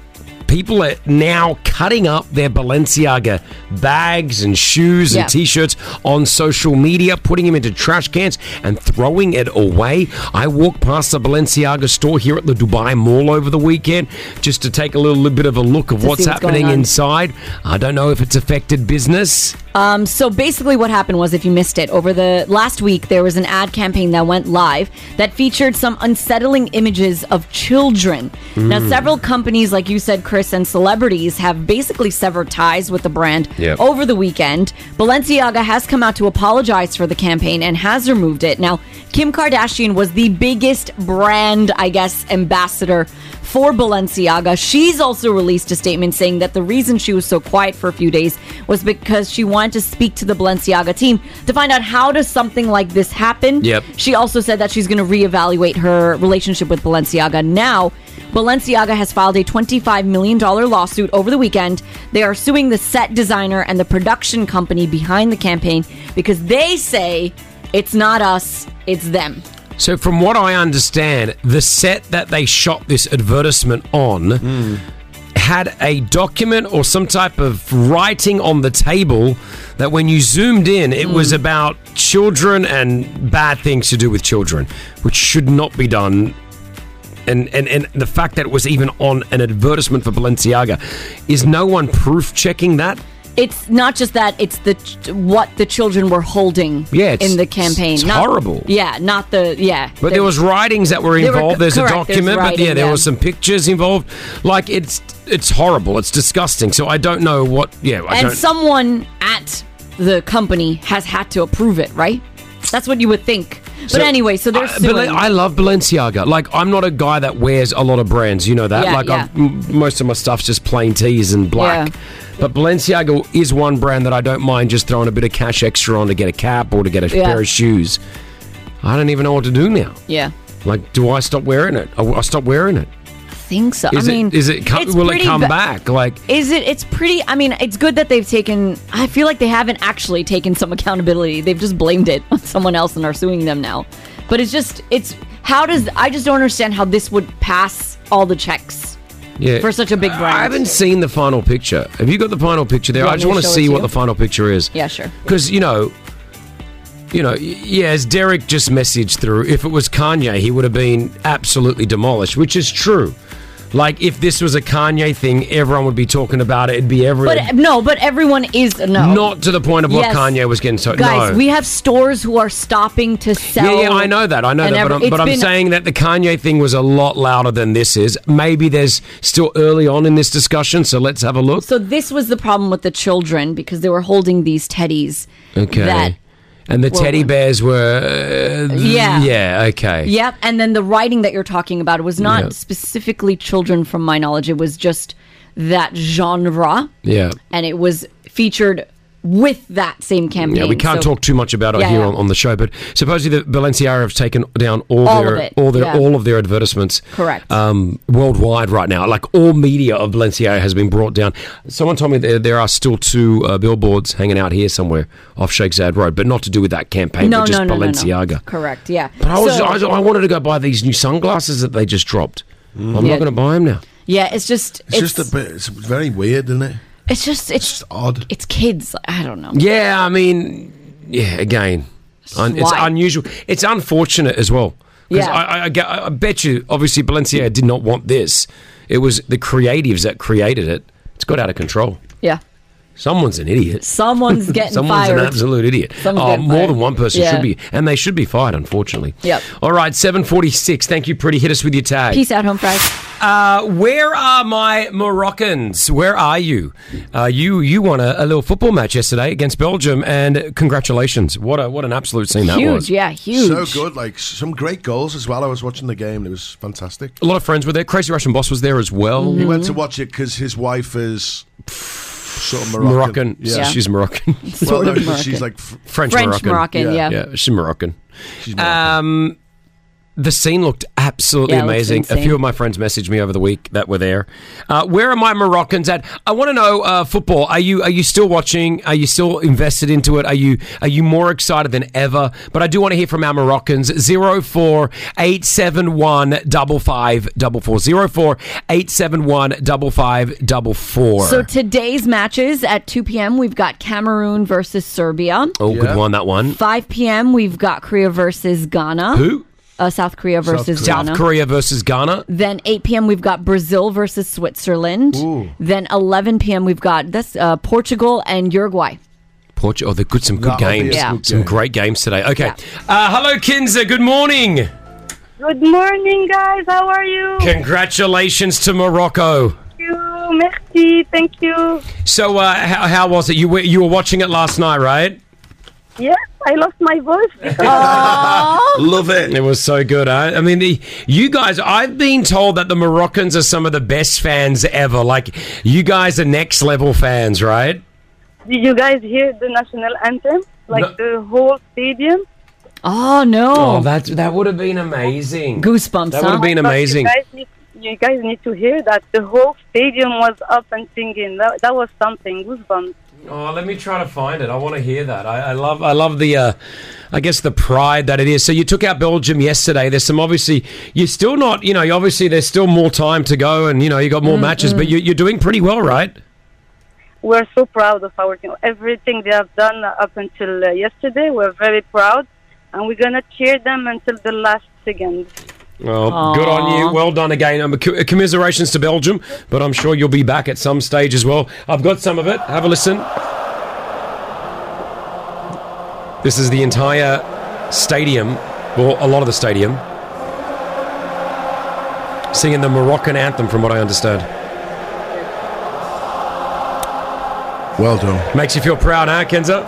people are now cutting up their Balenciaga bags and shoes
Yeah.
and t-shirts on social media, putting them into trash cans and throwing it away. I walked past the Balenciaga store here at the Dubai Mall over the weekend just to take a little, bit of a look of
To see
what's
what's going
happening
on.
inside. I don't know if it's affected business.
Um, so basically, what happened was, if you missed it, over the last week, there was an ad campaign that went live that featured some unsettling images of children. Now,
Mm.
several companies, like you said, Chris, and celebrities have basically severed ties with the brand
Yep.
over the weekend. Balenciaga has come out to apologize for the campaign and has removed it. Now, Kim Kardashian was the biggest brand, I guess, ambassador for Balenciaga. She's also released a statement saying that the reason she was so quiet for a few days was because she wanted to speak to the Balenciaga team to find out how does something like this happen.
Yep.
She also said that she's going to reevaluate her relationship with Balenciaga now. Balenciaga has filed a $25 million lawsuit over the weekend. They are suing the set designer and the production company behind the campaign because they say it's not us, it's them.
So, from what I understand, the set that they shot this advertisement on had a document or some type of writing on the table that when you zoomed in, it was about children and bad things to do with children, which should not be done. And, and, and the fact that it was even on an advertisement for Balenciaga, is no one proof checking that?
It's not just that; it's the ch- what the children were holding
Yeah, it's-
in the campaign.
it's
Not-
horrible.
Yeah, not the yeah.
But there was writings that were
There were-
involved. There's
correct,
a
there's
document, but yeah,
writing,
there
yeah.
were some pictures involved. Like it's it's horrible. It's disgusting. So I don't know what. Yeah, I
and
don't.
someone at the company has had to approve it, right? That's what you would think. But
So-
anyway, so they're
But
suing.
like, I love Balenciaga. Like I'm not a guy that wears a lot of brands. You know that.
Yeah,
like
yeah.
I've, m- most of my stuff's just plain tees and black.
Yeah.
But Balenciaga is one brand that I don't mind just throwing a bit of cash extra on to get a cap or to get a
Yeah.
pair of shoes. I don't even know what to do now.
yeah,
Like, do I stop wearing it? I, I stop wearing it.
I think so.
Is
I mean,
it, is it come,
it's
will it
pretty
come
ba-
back? Like,
Is it? It's pretty. I mean, it's good that they've taken. I feel like they haven't actually taken some accountability. They've just blamed it on someone else and are suing them now. But it's just. It's how does I just don't understand how this would pass all the checks.
Yeah.
For such a big brand.
I haven't seen the final picture. Have you got the final picture there?
You
I
want
just
me to
want to
show it
see
to
what
you?
the final picture is.
Yeah, sure.
Because you know, you know, y- yeah. As Derek just messaged through, if it was Kanye, he would have been absolutely demolished, which is true. Like if this was a Kanye thing, everyone would be talking about it. It'd be everyone.
But no, but everyone is no.
Not to the point of what
Yes.
Kanye was getting. So
Guys,
no.
we have stores who are stopping to sell.
Yeah, yeah, I know that. I know
and
that.
every-
but I'm, but
it's
I'm
been-
saying that the Kanye thing was a lot louder than this is. Maybe there's still early on in this discussion, so let's have a look.
So this was the problem with the children because they were holding these teddies.
Okay.
That-
and the
Well,
teddy bears were. Uh,
Yeah.
Yeah, okay.
Yep. And then the writing that you're talking about was not
Yeah.
specifically children, from my knowledge. It was just that genre,
Yeah.
and it was featured with that same campaign.
Yeah, we can't
So-
talk too much about it
Yeah,
here
yeah.
On, on the show, but supposedly the Balenciaga have taken down all,
All
their
of it,
all their
yeah.
all of their advertisements.
Correct.
Um, worldwide right now, like all media of Balenciaga has been brought down. Someone told me there, there are still two uh, billboards hanging out here somewhere off Shakespeare Road, but not to do with that campaign,
No,
but just
no, no, no, no.
Balenciaga.
Correct. Yeah.
But I was
So-
I, was- I wanted to go buy these new sunglasses that they just dropped. I'm
Yeah.
not going to buy them now.
yeah, it's just it's,
It's, just a bit. It's very weird, isn't it?
it's just it's
odd.
It's kids. I don't know.
Yeah, I mean, yeah, again, un- it's
Why?
unusual. It's unfortunate as well. Because
Yeah.
I, I, I, I bet you, obviously, Balenciaga did not want this. It was the creatives that created it. It's got out of control.
Yeah.
Someone's an idiot.
Someone's getting
Someone's
fired.
an absolute idiot.
Someone's
oh,
getting
more
fired.
than one person
Yeah.
should be, and they should be fired, unfortunately.
Yep.
All right, seven forty-six. Thank you, pretty. Hit us with your tag.
Peace out, home fries.
Uh, where are my Moroccans? Where are you? Uh, you you won a, a little football match yesterday against Belgium, and congratulations! What a what an absolute scene that was.
So good, like s- some great goals as well. I was watching the game; it was fantastic.
A lot of friends were there. Crazy Russian Boss was there as well.
He went to watch it because his wife is sort
Mm-hmm.
of Moroccan.
Moroccan. So she's Moroccan.
well, no, but she's like fr-
French, Moroccan. yeah. she's Moroccan. Um, the scene looked absolutely
Yeah, it looks
amazing. A
insane.
few of my friends messaged me over the week that were there. Uh, where are my Moroccans at? I want to know uh, football. Are you are you still watching? Are you still invested into it? Are you are you more excited than ever? But I do want to hear from our Moroccans. Zero four eight seven one double five double four zero four eight seven one double five double four.
So today's matches at 2 p.m. We've got Cameroon versus Serbia.
Oh, good one that one.
5 p.m. We've got Korea versus Ghana.
Who?
Uh, South Korea versus
South
Ghana.
Korea versus Ghana.
Then 8 p.m. we've got Brazil versus Switzerland.
Ooh.
Then 11 p.m. we've got that's uh, Portugal and Uruguay.
Portugal. Oh, they're good. Some good
That'll be a
games.
Yeah. good
Some great games today. Okay. Uh, hello, Kinza. Good morning.
Good morning, guys. How are you?
Congratulations to Morocco.
Thank you. Merci. Thank you.
So, uh, how, how was it? You were, you were watching it last night, right?
Yes, I lost my voice. Because
Love it. It was so good. Huh? I mean, the, you guys. I've been told that the Moroccans are some of the best fans ever. Like, you guys are next level fans, right?
Did you guys hear the national anthem? Like the whole stadium?
Oh no!
Oh, that that would have been amazing.
Goosebumps.
That would have been
But
amazing.
You guys, need, you guys need to hear that the whole stadium was up and singing. That, that was something. Goosebumps.
Oh, let me try to find it. I want to hear that. I, I love, I love the, uh, I guess the pride that it is. So you took out Belgium yesterday. There's some obviously you're still not, you know, you obviously there's still more time to go, and you know you got more matches, but you, you're doing pretty well, right?
we're so proud of our team. Everything they have done up until uh, yesterday, we're very proud, and we're gonna cheer them until the last second.
Well, good on you. Well done again. Um, co- commiserations to Belgium, but I'm sure you'll be back at some stage as well. I've got some of it. Have a listen. This is the entire stadium, or a lot of the stadium, singing the Moroccan anthem, from what I understand.
Well done.
Makes you feel proud, huh, Kenza?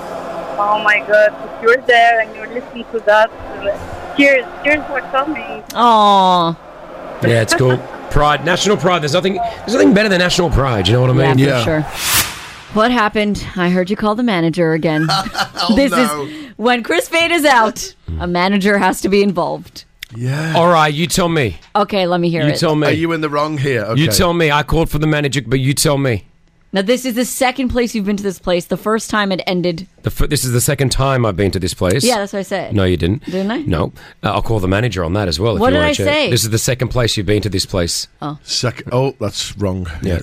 Oh my God! If you're there and you're listening to that, uh, cheers! Cheers for coming.
Oh, Aww.
Yeah, it's cool. Pride, national pride. There's nothing. There's nothing better than national pride. You know what I mean?
Yeah, for What happened? I heard you call the manager again. this
no.
is when Chris Fade is out. A manager has to be involved.
Yeah.
All right, you tell me.
Okay, let me hear
you
it.
tell me.
Are you in the wrong here?
You
Okay.
tell me. I called for the manager, but you tell me.
Now this is the second place you've been to this place. The first time it ended.
The f- this is the second time I've been to this place.
Yeah, that's what I said.
No, you didn't.
Didn't I?
No. Uh, I'll call the manager on that as well. If
What
you
did
want
I
to check.
say?
This is the second place you've been to this place.
Oh.
Second. Oh, that's wrong.
Yeah.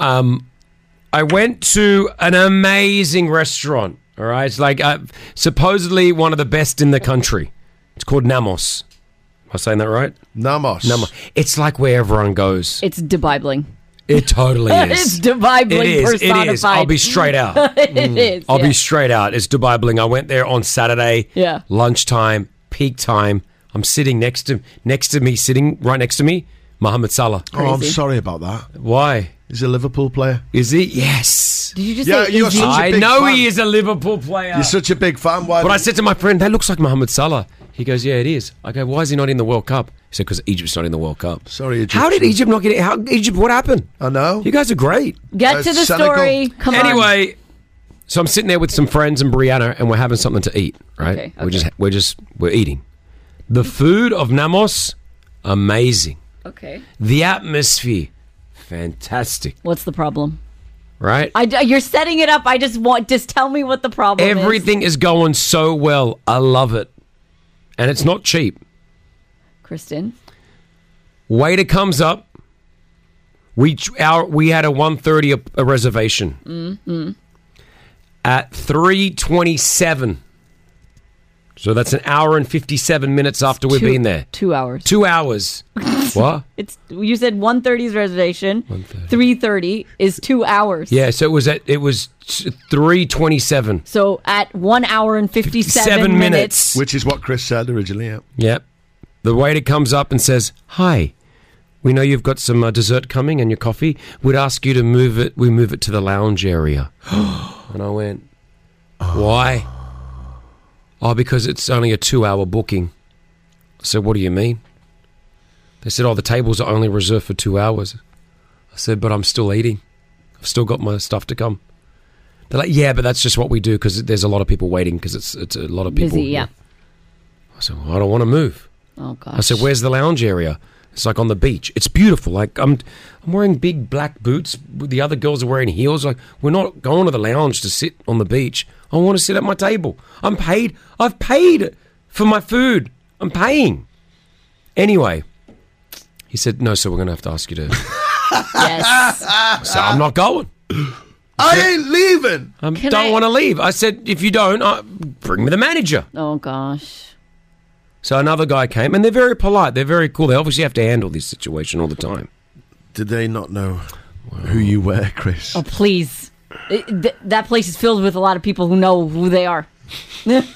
Um, I went to an amazing restaurant. All right, it's like uh, supposedly one of the best in the country. It's called Namos. Am I saying that right?
Namos.
Namos. It's like where everyone goes.
It's debibling.
It totally is.
it's debibling
It is, it is.
personified.
I'll be straight out.
It
Mm.
is,
I'll
yeah.
be straight out. It's Dubai Bling. I went there on Saturday.
Yeah.
Lunchtime, peak time. I'm sitting next to next to me, sitting right next to me, Mohamed Salah.
Oh, I'm sorry about that.
Why?
He's a Liverpool player.
Is he? Yes. Did
you
just Yeah, say you're is he? such a
I
big
know
fan.
he is a Liverpool player.
You're such a big fan. Why?
But I said to my friend, that looks like Mohamed Salah. He goes, yeah, it is. I go, why is he not in the World Cup? He said, because Egypt's not in the World Cup.
Sorry, Egypt.
How did Egypt not get it? How Egypt? What happened?
I know.
You guys are great.
Get to the story. Come on.
anyway, so I'm sitting there with some friends and Brianna, and we're having something to eat. Right?
Okay,
We're just we're just we're eating. The food of Namos, amazing.
Okay.
The atmosphere, fantastic.
What's the problem?
Right?
I, you're setting it up. I just want. Just tell me what the problem is.
Everything is going so well. I love it, and it's not cheap.
Kristen.
Waiter comes up. We our we had a 1:30 a, a reservation.
Mm-hmm.
at 327. So that's an hour and 57 minutes after we've
two-
been there.
Two hours.
Two hours. what?
It's you said 1.30's reservation. 3.30 is two hours.
Yeah, so it was at it was 327.
So at one hour and 57
Seven
minutes.
minutes.
Which is what Chris said originally. Yeah.
Yep. The waiter comes up and says, "Hi. We know you've got some uh, dessert coming and your coffee. We'd ask you to move it. We move it to the lounge area." and I went, "Why?" Oh, because it's only a 2-hour booking. So what do you mean? They said, "Oh, the tables are only reserved for 2 hours." I said, "But I'm still eating. I've still got my stuff to come." They're like, "Yeah, but that's just what we do because there's a lot of people waiting because it's it's a lot of people."
Busy, yeah.
I said, well, I don't want to move.
Oh
I said, where's the lounge area? It's like on the beach. It's beautiful. Like I'm, I'm wearing big black boots. The other girls are wearing heels. Like we're not going to the lounge to sit on the beach. I want to sit at my table. I'm paid. I've paid for my food. I'm paying. Anyway, he said, no. So we're gonna have to ask you to.
Yes.
so I'm not going.
I ain't leaving.
I
Can
don't
I-
want to leave. I said, if you don't, uh, bring me the manager.
Oh gosh.
So another guy came, and they're very polite. They're very cool. They obviously have to handle this situation all the time.
Did they not know who you were, Chris?
Oh please. It- th- that place is filled with a lot of people who know who they are.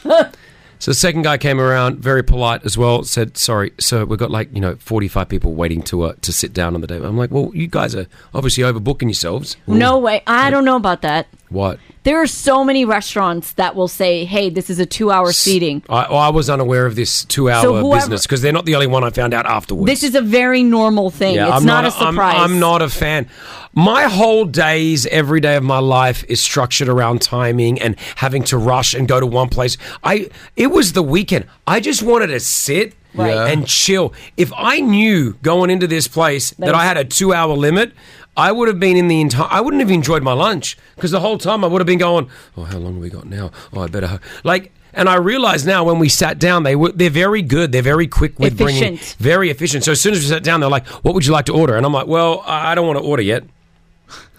So the second guy came around, very polite as well. Said, "Sorry, sir, we've got like you know forty five people waiting to uh, to sit down on the table." I'm like, "Well, you guys are obviously overbooking yourselves."
No way. I don't know about that.
What?
There are so many restaurants that will say, "Hey, this is a 2-hour seating."
I, I was unaware of this two hour
So whoever-
business because they're not the only one I found out afterwards.
This is a very normal thing. it's
I'm
not, a
I'm-
surprise.
I'm, not a fan. My whole days, every day of my life is structured around timing and having to rush and go to one place. I it was the weekend. I just wanted to sit
Right. Yeah.
and chill. If I knew going into this place that,
That
I
is-
had a two hour limit. I would have been in the entire. I wouldn't have enjoyed my lunch because the whole time I would have been going. Oh, how long have we got now? Oh, I better like. And I realize now when we sat down, they were they're very good. They're very quick with bringing
Efficient.
very efficient. So as soon as we sat down, they're like, "What would you like to order?" And I'm like, "Well, I I don't want to order yet."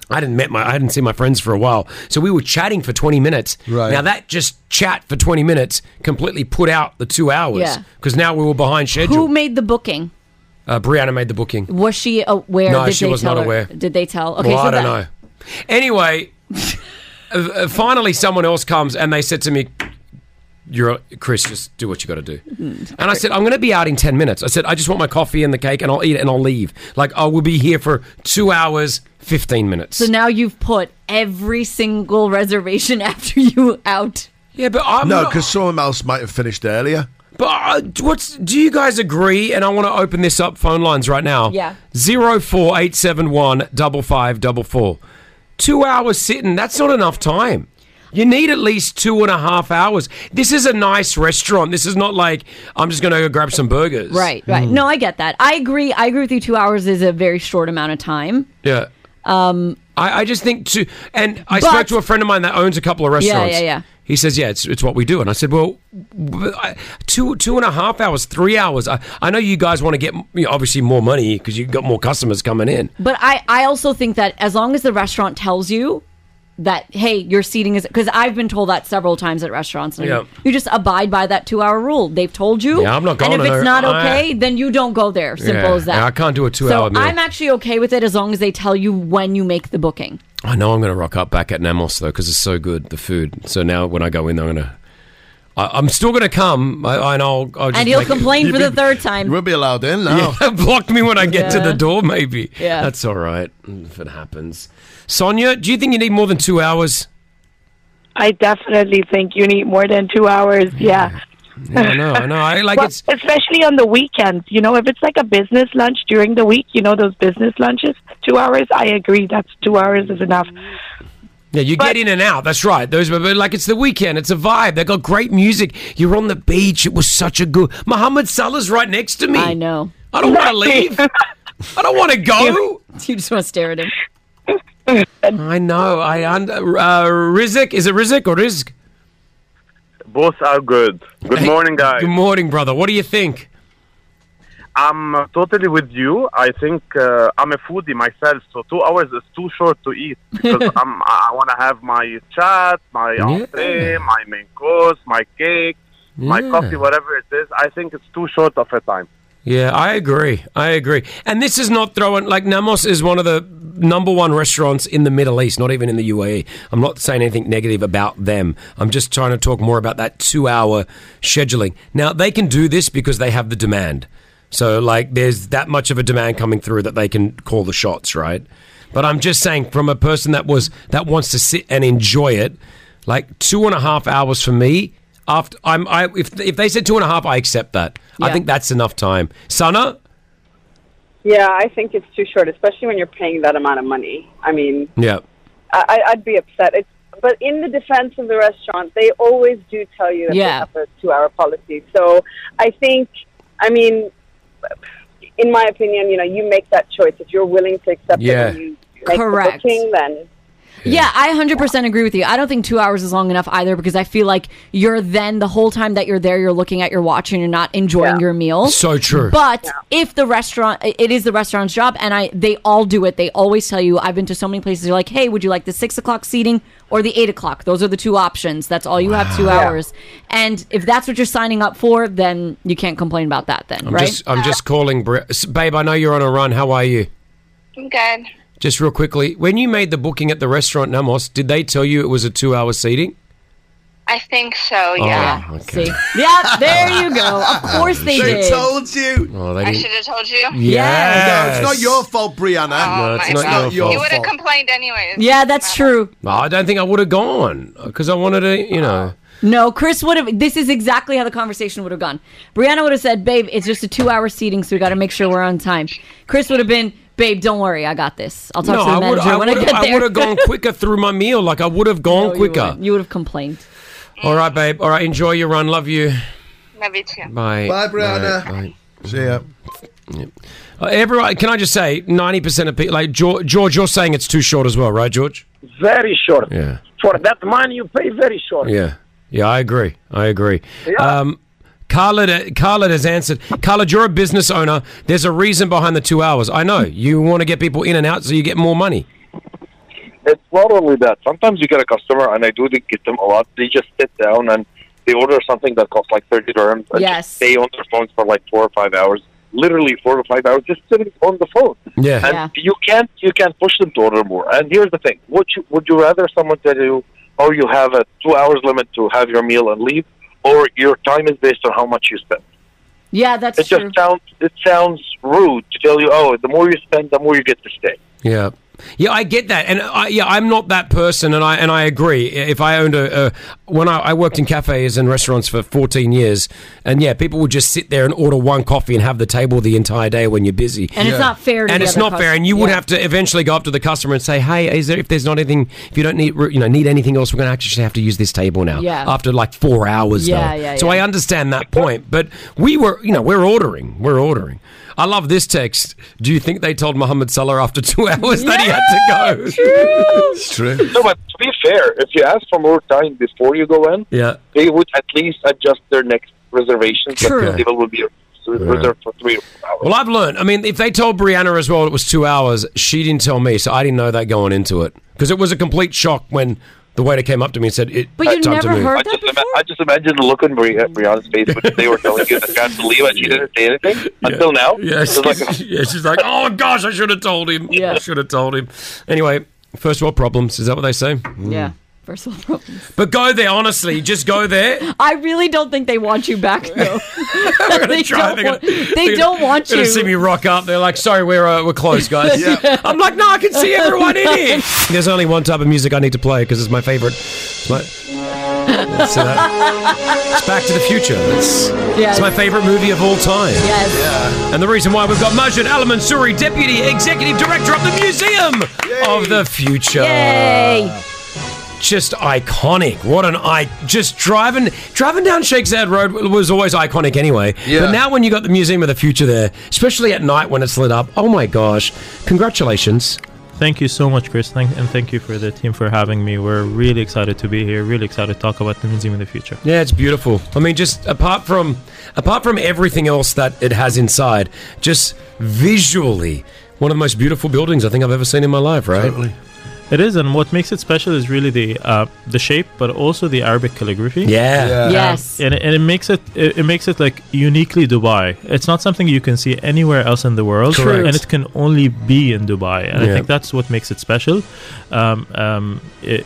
I hadn't met my I hadn't seen my friends for a while, so we were chatting for twenty minutes. Right now, that just chat for twenty minutes completely put out the two hours
Yeah.
because now we were behind
Who
schedule.
made the booking?
Uh, Brianna made the booking.
Was she aware?
No,
Did
she
they
was
tell
not
her?
aware.
Did they tell? Okay,
well,
so
I don't
that-
know. Anyway, uh, uh, finally, someone else comes and they said to me, "You're Chris. Just do what you got to do."
Mm-hmm.
And I said, "I'm going to be out in ten minutes." I said, "I just want my coffee and the cake, and I'll eat it and I'll leave. Like I will be here for two hours, fifteen minutes."
So now you've put every single reservation after you out.
Yeah, but uh, I'm
no,
not-
because someone else might have finished earlier.
But uh, what's do you guys agree? And I want to open this up phone lines right now.
Yeah.
Zero four eight seven one double five double four. Two hours sitting. That's not enough time. You need at least two and a half hours. This is a nice restaurant. This is not like I'm just going to go grab some burgers.
Right, right.
Hmm.
Hmm.
No, I get that. I agree. I agree with you. Two hours is a very short amount of time.
Yeah.
Um,
I, I just think too. And I
But-
spoke to a friend of mine that owns a couple of
Yeah, yeah,
restaurants.
yeah.
He says, "Yeah, it's, it's what we do." And I said, "Well, w- I- two two and a half hours, three hours. I, I know you guys want to get you know, obviously more money because you've got more customers coming in.
But I, I also think that as long as the restaurant tells you that, hey, your seating is because I've been told that several times at restaurants. and
Yeah.
You just abide by that two hour rule. They've told you.
Yeah, I'm not going
And if
to
it's
no-
not
I-
okay, then you don't go there. Simple
Yeah,
as that.
yeah, I can't do a two
so
hour meal.
I'm actually okay with it as long as they tell you when you make the booking.
I know I'm going to rock up back at Namos though because it's so good the food. So now when I go in, I'm going to. I, I'm still going to come, I, and I'll. I'll Oh, just
and you'll
make it-
complain for the third time.
won't be allowed in
Yeah, block me when I get to
Yeah.
the door, maybe.
Yeah.
That's all right if it happens. Sonia, do you think you need more than two hours?
I definitely think you need more than two hours. Yeah.
Yeah, I know, I know. I like
Well,
it's.
especially on the weekends. You know, if it's like a business lunch during the week, you know those business lunches, two hours. I agree. That's two hours is enough.
Yeah, you get in and out. That's right. Those but like it's the weekend. It's a vibe. They got great music. You're on the beach. It was such a good. Muhammad Salah's right next to me. I
know.
I don't want to leave. I don't want to go.
You just want to stare at him.
I know. I under uh, Rizik. Is it Rizik or Rizk?
Both are good. Good morning, guys.
Good morning, brother. What do you think?
I'm uh, totally with you. I think uh, I'm a foodie myself, so two hours is too short to eat because I'm, I want to have my chat, my
Yeah.
entree, my main course, my cake, my
Yeah.
coffee, whatever it is. I think it's too short of a time.
Yeah, I agree. I agree. And this is not throwing like Namos is one of the number one restaurants in the Middle East, not even in the UAE. I'm not saying anything negative about them. I'm just trying to talk more about that two hour scheduling. Now they can do this because they have the demand. So like there's that much of a demand coming through that they can call the shots, right? But I'm just saying from a person that was that wants to sit and enjoy it, like two and a half hours for me. After I'm, I if if they said two and a half, I accept that. I
Yeah.
think that's enough time. Sana,
Yeah, I think it's too short, especially when you're paying that amount of money. I mean,
yeah,
I, I- I'd be upset. It's, but in the defense of the restaurant, they always do tell you that
Yeah.
they have a two-hour policy. So I think, I mean, in my opinion, you know, you make that choice if you're willing to accept
Yeah.
it. And you make
Correct.
The booking, then
Yeah, I 100% agree with you. I don't think two hours is long enough either because I feel like you're then the whole time that you're there, you're looking at your watch and you're not enjoying your meal.
So true.
But if the restaurant, it is the restaurant's job, and I they all do it. They always tell you. I've been to so many places. You're like, hey, would you like the six o'clock seating or the eight o'clock? Those are the two options. That's all you have. Two
Wow. Yeah.
hours. And if that's what you're signing up for, then you can't complain about that. Then
I'm
right?
just I'm just calling, Bri- S- babe. I know you're on a run. How are you?
I'm good.
Just real quickly, when you made the booking at the restaurant Namos, did they tell you it was a two-hour seating?
I think so.
Oh, yeah. okay. See?
Yeah, there you go. Of course they
They
did.
told you.
Oh, they didn't-
have told you.
No, it's not your fault, Brianna.
No, it's not your fault.
complained anyways.
Yeah, that's true.
No, I don't think I would have gone because I wanted to, you know.
No, Chris would have. This is exactly how the conversation would have gone. Brianna would have said, "Babe, it's just a two-hour seating, so we got to make sure we're on time." Chris would have been, "Babe, don't worry, I got this. I'll talk
no,
to the
I would,
manager
I
when I
would,
get
I
there."
would have gone quicker through my meal. Like I would have gone quicker.
you would have complained.
All right, babe. All right, enjoy your run. Love you.
Love you too.
Bye.
Bye, Brianna.
Bye.
See ya.
Uh, everyone, can I just say, ninety percent of people, like George, George, you're saying it's too short as well, right, George?
Very short.
Yeah.
For that money, you pay very short.
Yeah, yeah, I agree. I agree. Um, Khaled, Khaled has answered. Khaled, you're a business owner. There's a reason behind the two hours. I know you want to get people in and out so you get more money.
It's not only that. Sometimes you get a customer, and I do get them a lot. They just sit down and they order something that costs like thirty dirhams. And
Yes.
just stay on their phones for like four or five hours. Literally four to five hours, just sitting on the phone.
Yeah.
And you can't you can't push them to order more. And here's the thing: would you would you rather someone tell you, "Oh, you have a two hours limit to have your meal and leave," or your time is based on how much you spend?
Yeah, that's
it just sounds it sounds rude to tell you, "Oh, the more you spend, the more you get to stay."
Yeah. Yeah, I get that, and I, yeah, I'm not that person, and I and I agree. If I owned a, a when I, I worked in cafes and restaurants for 14 years, and yeah, people would just sit there and order one coffee and have the table the entire day when you're busy,
And it's Yeah. not fair to
and
the
it's
other
not fair,
cus-
and you would
yeah.
have to eventually go up to the customer and say, "Hey, is there if there's not anything, if you don't need you know need anything else, we're going to actually have to use this table now."
Yeah.
After like four hours,
Yeah,
though.
yeah,
So
yeah.
I understand that point, but we were, you know, we're ordering, we're ordering. I love this text. Do you think they told Mohammed Salah after two hours that he had to go?
It's
true.
No, but to be fair, if you ask for more time before you go in,
Yeah.
they would at least adjust their next reservations. that
True.
The table will be reserved for three.
Well, I've learned. I mean, if they told Brianna as well it was two hours, she didn't tell me, so I didn't know that going into it because it was a complete shock when the waiter came up to me and said, it, time to move.
I just, ima- I just imagine the look on Bri- Brianna's face when they were telling you the chance to leave and she didn't say anything until now.
Yeah,
It's
she's,
like,
yeah, she's like, oh gosh, I should have told him. Yeah, should have told him. Anyway, first world problems. Is that what they say?
Yeah. First world problem.
But go there, honestly. Just go there.
I really don't think they want you back though. they don't,
try. They're
want, they don't want
They're
you.
gonna see me rock up. They're like, sorry, we're uh, we're closed, guys. I'm like, no, I can see everyone in here. There's only one type of music I need to play because it's my favorite. It's my- Let's see that. It's Back to the Future. It's,
Yes.
it's my favorite movie of all time.
Yes.
And the reason why we've got Majid Al Mansouri, Deputy Executive Director of the Museum of the Future. Just iconic. What an i! Just driving driving down Shakespeare Road was always iconic anyway. But now when you got the Museum of the Future there, especially at night when it's lit up, oh my gosh! Congratulations.
Thank you so much, Chris, thank, and thank you for the team for having me. We're really excited to be here. Really excited to talk about the museum in the future.
Yeah, it's beautiful. I mean, just apart from apart from everything else that it has inside, just visually, one of the most beautiful buildings I think I've ever seen in my life. Right?
It is, and what makes it special is really the uh, the shape, but also the Arabic calligraphy.
Yeah. Yeah.
Um,
Yes.
and, it- and it makes it, it it makes it like uniquely Dubai. It's not something you can see anywhere else in the world,
Correct.
and it can only be in Dubai. And
Yeah.
I think that's what makes it special. Um, um, it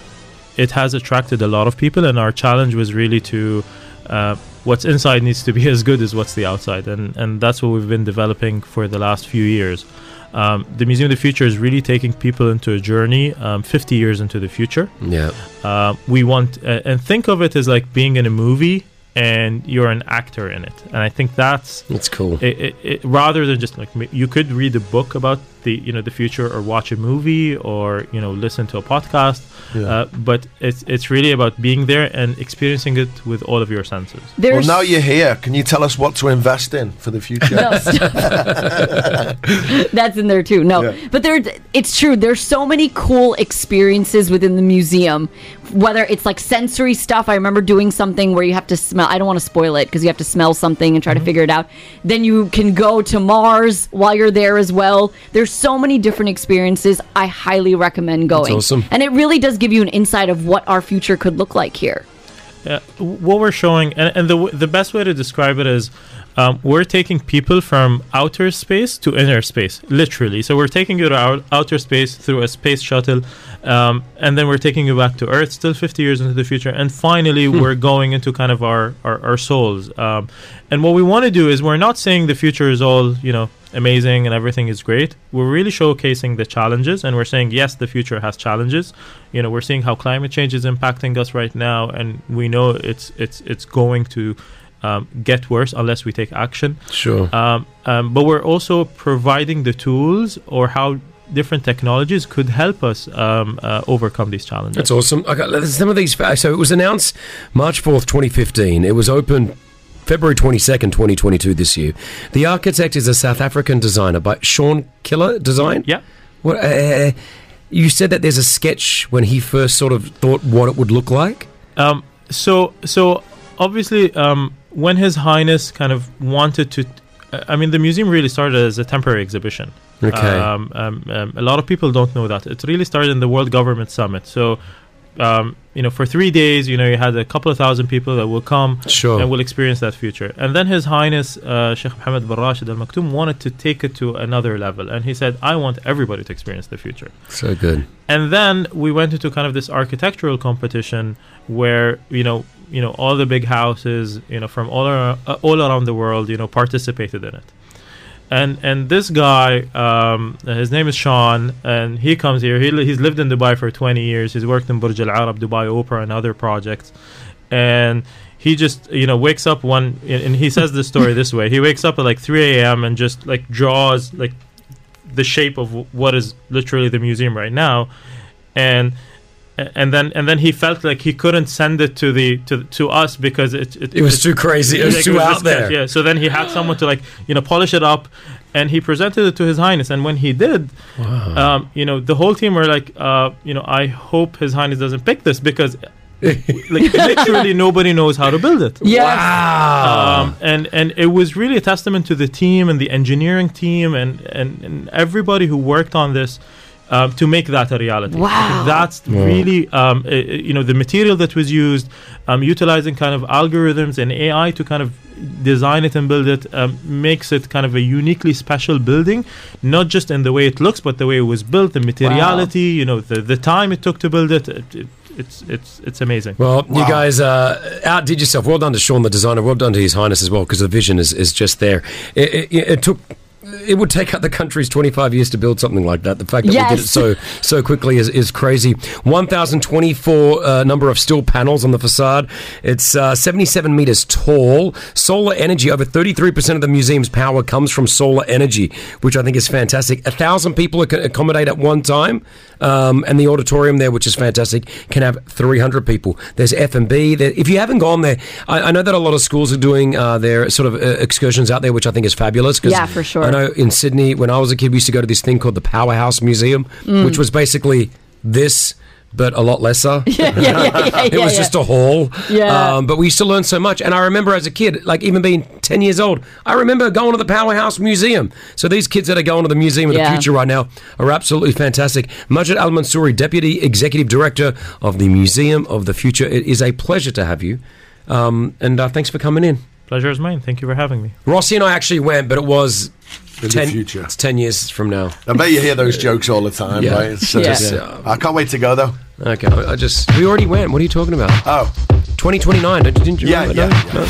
it has attracted a lot of people, and our challenge was really to. Uh, What's inside needs to be as good as what's the outside, and, and that's what we've been developing for the last few years. Um, the Museum of the Future is really taking people into a journey um, 50 years into the future.
Yeah.
Uh, we want, uh, and think of it as like being in a movie and you're an actor in it. And I think that's
that's cool.
It, it, it, rather than just like m- you could read a book about the you know the future or watch a movie or you know listen to a podcast,
Yeah.
uh, but it's it's really about being there and experiencing it with all of your senses.
well, now you're here. Can you tell us what to invest in for the future?
That's in there too. No, but there, it's true. There's so many cool experiences within the museum. Whether it's like sensory stuff, I remember doing something where you have to smell. I don't want to spoil it because you have to smell something and try
Mm-hmm.
to figure it out. Then you can go to Mars while you're there as well. There's so many different experiences. I highly recommend going.
awesome.
And it really does give you an insight of what our future could look like here.
Uh, what we're showing, and, and the w- the best way to describe it is, um, we're taking people from outer space to inner space, literally. So we're taking you to our outer space through a space shuttle, um, and then we're taking you back to Earth, still 50 years into the future, and finally
Hmm.
we're going into kind of our our, our souls. Um, and what we want to do is, we're not saying the future is all you know amazing and everything is great. We're really showcasing the challenges and we're saying yes, the future has challenges. You know, we're seeing how climate change is impacting us right now and we know it's it's it's going to um, get worse unless we take action.
Sure.
Um, um, but we're also providing the tools or how different technologies could help us um, uh, overcome these challenges.
That's awesome. Okay, there's some of these. fa- So it was announced March 4th, 2015. It was opened February 22nd, 2022, this year. The architect is a South African designer by Sean Killer Design.
Yeah.
What, uh, you said that there's a sketch when he first sort of thought what it would look like.
Um, so, so obviously, um, when His Highness kind of wanted to, I mean, the museum really started as a temporary exhibition.
Okay.
Um, um, um, a lot of people don't know that. It really started in the World Government Summit. So, um, you know, for three days, you know, you had a couple of thousand people that will come
Sure.
and will experience that future. And then His Highness uh, Sheikh Mohammed bin Rashid Al Maktoum wanted to take it to another level. And he said, I want everybody to experience the future.
So good.
And then we went into kind of this architectural competition where you know you know all the big houses you know from all around, uh, all around the world you know participated in it. And and this guy, um, his name is Sean, and he comes here. He, li- he's lived in Dubai for 20 years. He's worked in Burj Al Arab, Dubai Opera, and other projects. And he just you know wakes up one, and and he says this story this way. He wakes up at like 3 a.m. and just like draws like the shape of w- what is literally the museum right now and and then and then he felt like he couldn't send it to the to to us because it it,
It was too crazy. It was too out
this
there.
yeah so then he had someone to like you know polish it up and he presented it to his highness and when he did um, you know the whole team were like uh, you know I hope his highness doesn't pick this because like literally nobody knows how to build it.
Yes.
Wow.
Um, and and it was really a testament to the team and the engineering team and and, and everybody who worked on this. Um, to make that a reality,
Wow.
that's
Wow.
really um, i- i- you know the material that was used, um, utilizing kind of algorithms and AI to kind of design it and build it um, makes it kind of a uniquely special building, not just in the way it looks, but the way it was built, the materiality, you know, the, the time it took to build it. it, it it's it's it's amazing.
Well, you guys uh, outdid yourself. Well done to Sean, the designer. Well done to His Highness as well, because the vision is, is just there. It, it, it took. It would take out the country's 25 years to build something like that. The fact that we did it
Yes.
so so quickly is, is crazy. 1,024 uh, number of steel panels on the facade. It's uh, 77 meters tall. Solar energy. Over 33% of the museum's power comes from solar energy, which I think is fantastic. A thousand people it can accommodate at one time, um, and the auditorium there, which is fantastic, can have 300 people. There's F and B. There. If you haven't gone there, I, I know that a lot of schools are doing uh, their sort of uh, excursions out there, which I think is fabulous. 'cause
Yeah, for sure.
I know in Sydney when I was a kid, we used to go to this thing called the Powerhouse Museum,
Mm.
which was basically this. But a lot lesser.
Yeah, yeah, yeah, yeah,
it was
yeah.
just a hall.
Yeah.
Um, but we used to learn so much. And I remember as a kid, like even being 10 years old, I remember going to the Powerhouse Museum. So these kids that are going to the Museum of
Yeah.
the Future right now are absolutely fantastic. Majid Al Mansouri, Deputy Executive Director of the Museum of the Future. It is a pleasure to have you. Um, and uh, thanks for coming in.
Pleasure is mine. Thank you for having me.
Rossi and I actually went, but it was
In the
10, It's 10 years from now.
I bet you hear those jokes all the time,
Yeah.
right? It's, uh,
Yeah.
just- I can't wait to go though.
Okay, I I just we already went. What are you talking about?
Oh.
2029, don't- didn't you
Yeah,
remember?
yeah,
No? No?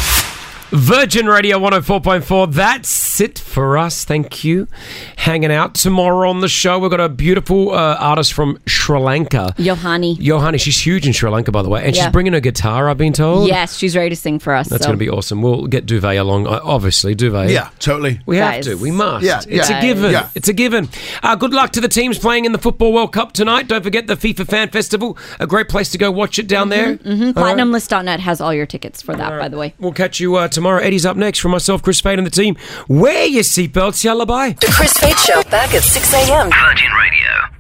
Virgin Radio 104.4. That's it for us. Thank you. Hanging out tomorrow on the show. We've got a beautiful uh, artist from Sri Lanka.
Yohani.
Johanna, she's huge in Sri Lanka, by the way. And
Yeah.
she's bringing her guitar, I've been told.
Yes, she's ready to sing for us.
Oh. That's
so.
going to be awesome. We'll get Duvet along, uh, obviously. Duvet.
Yeah, totally.
We
Guys.
have to. We must.
Yeah,
it's
yeah.
a given.
Yeah.
It's a given. Uh, good luck to the teams playing in the Football World Cup tonight. Don't forget the FIFA Fan Festival. A great place to go watch it down there.
Mhm.
All right.
PlatinumList.net has all your tickets for that, by the way.
We'll catch you uh, tomorrow. Eddie's up next for myself, Chris Spade, and the team. Wear your seatbelts. Yalla, bye.
The Chris Fade Show back at 6 a.m. Virgin Radio.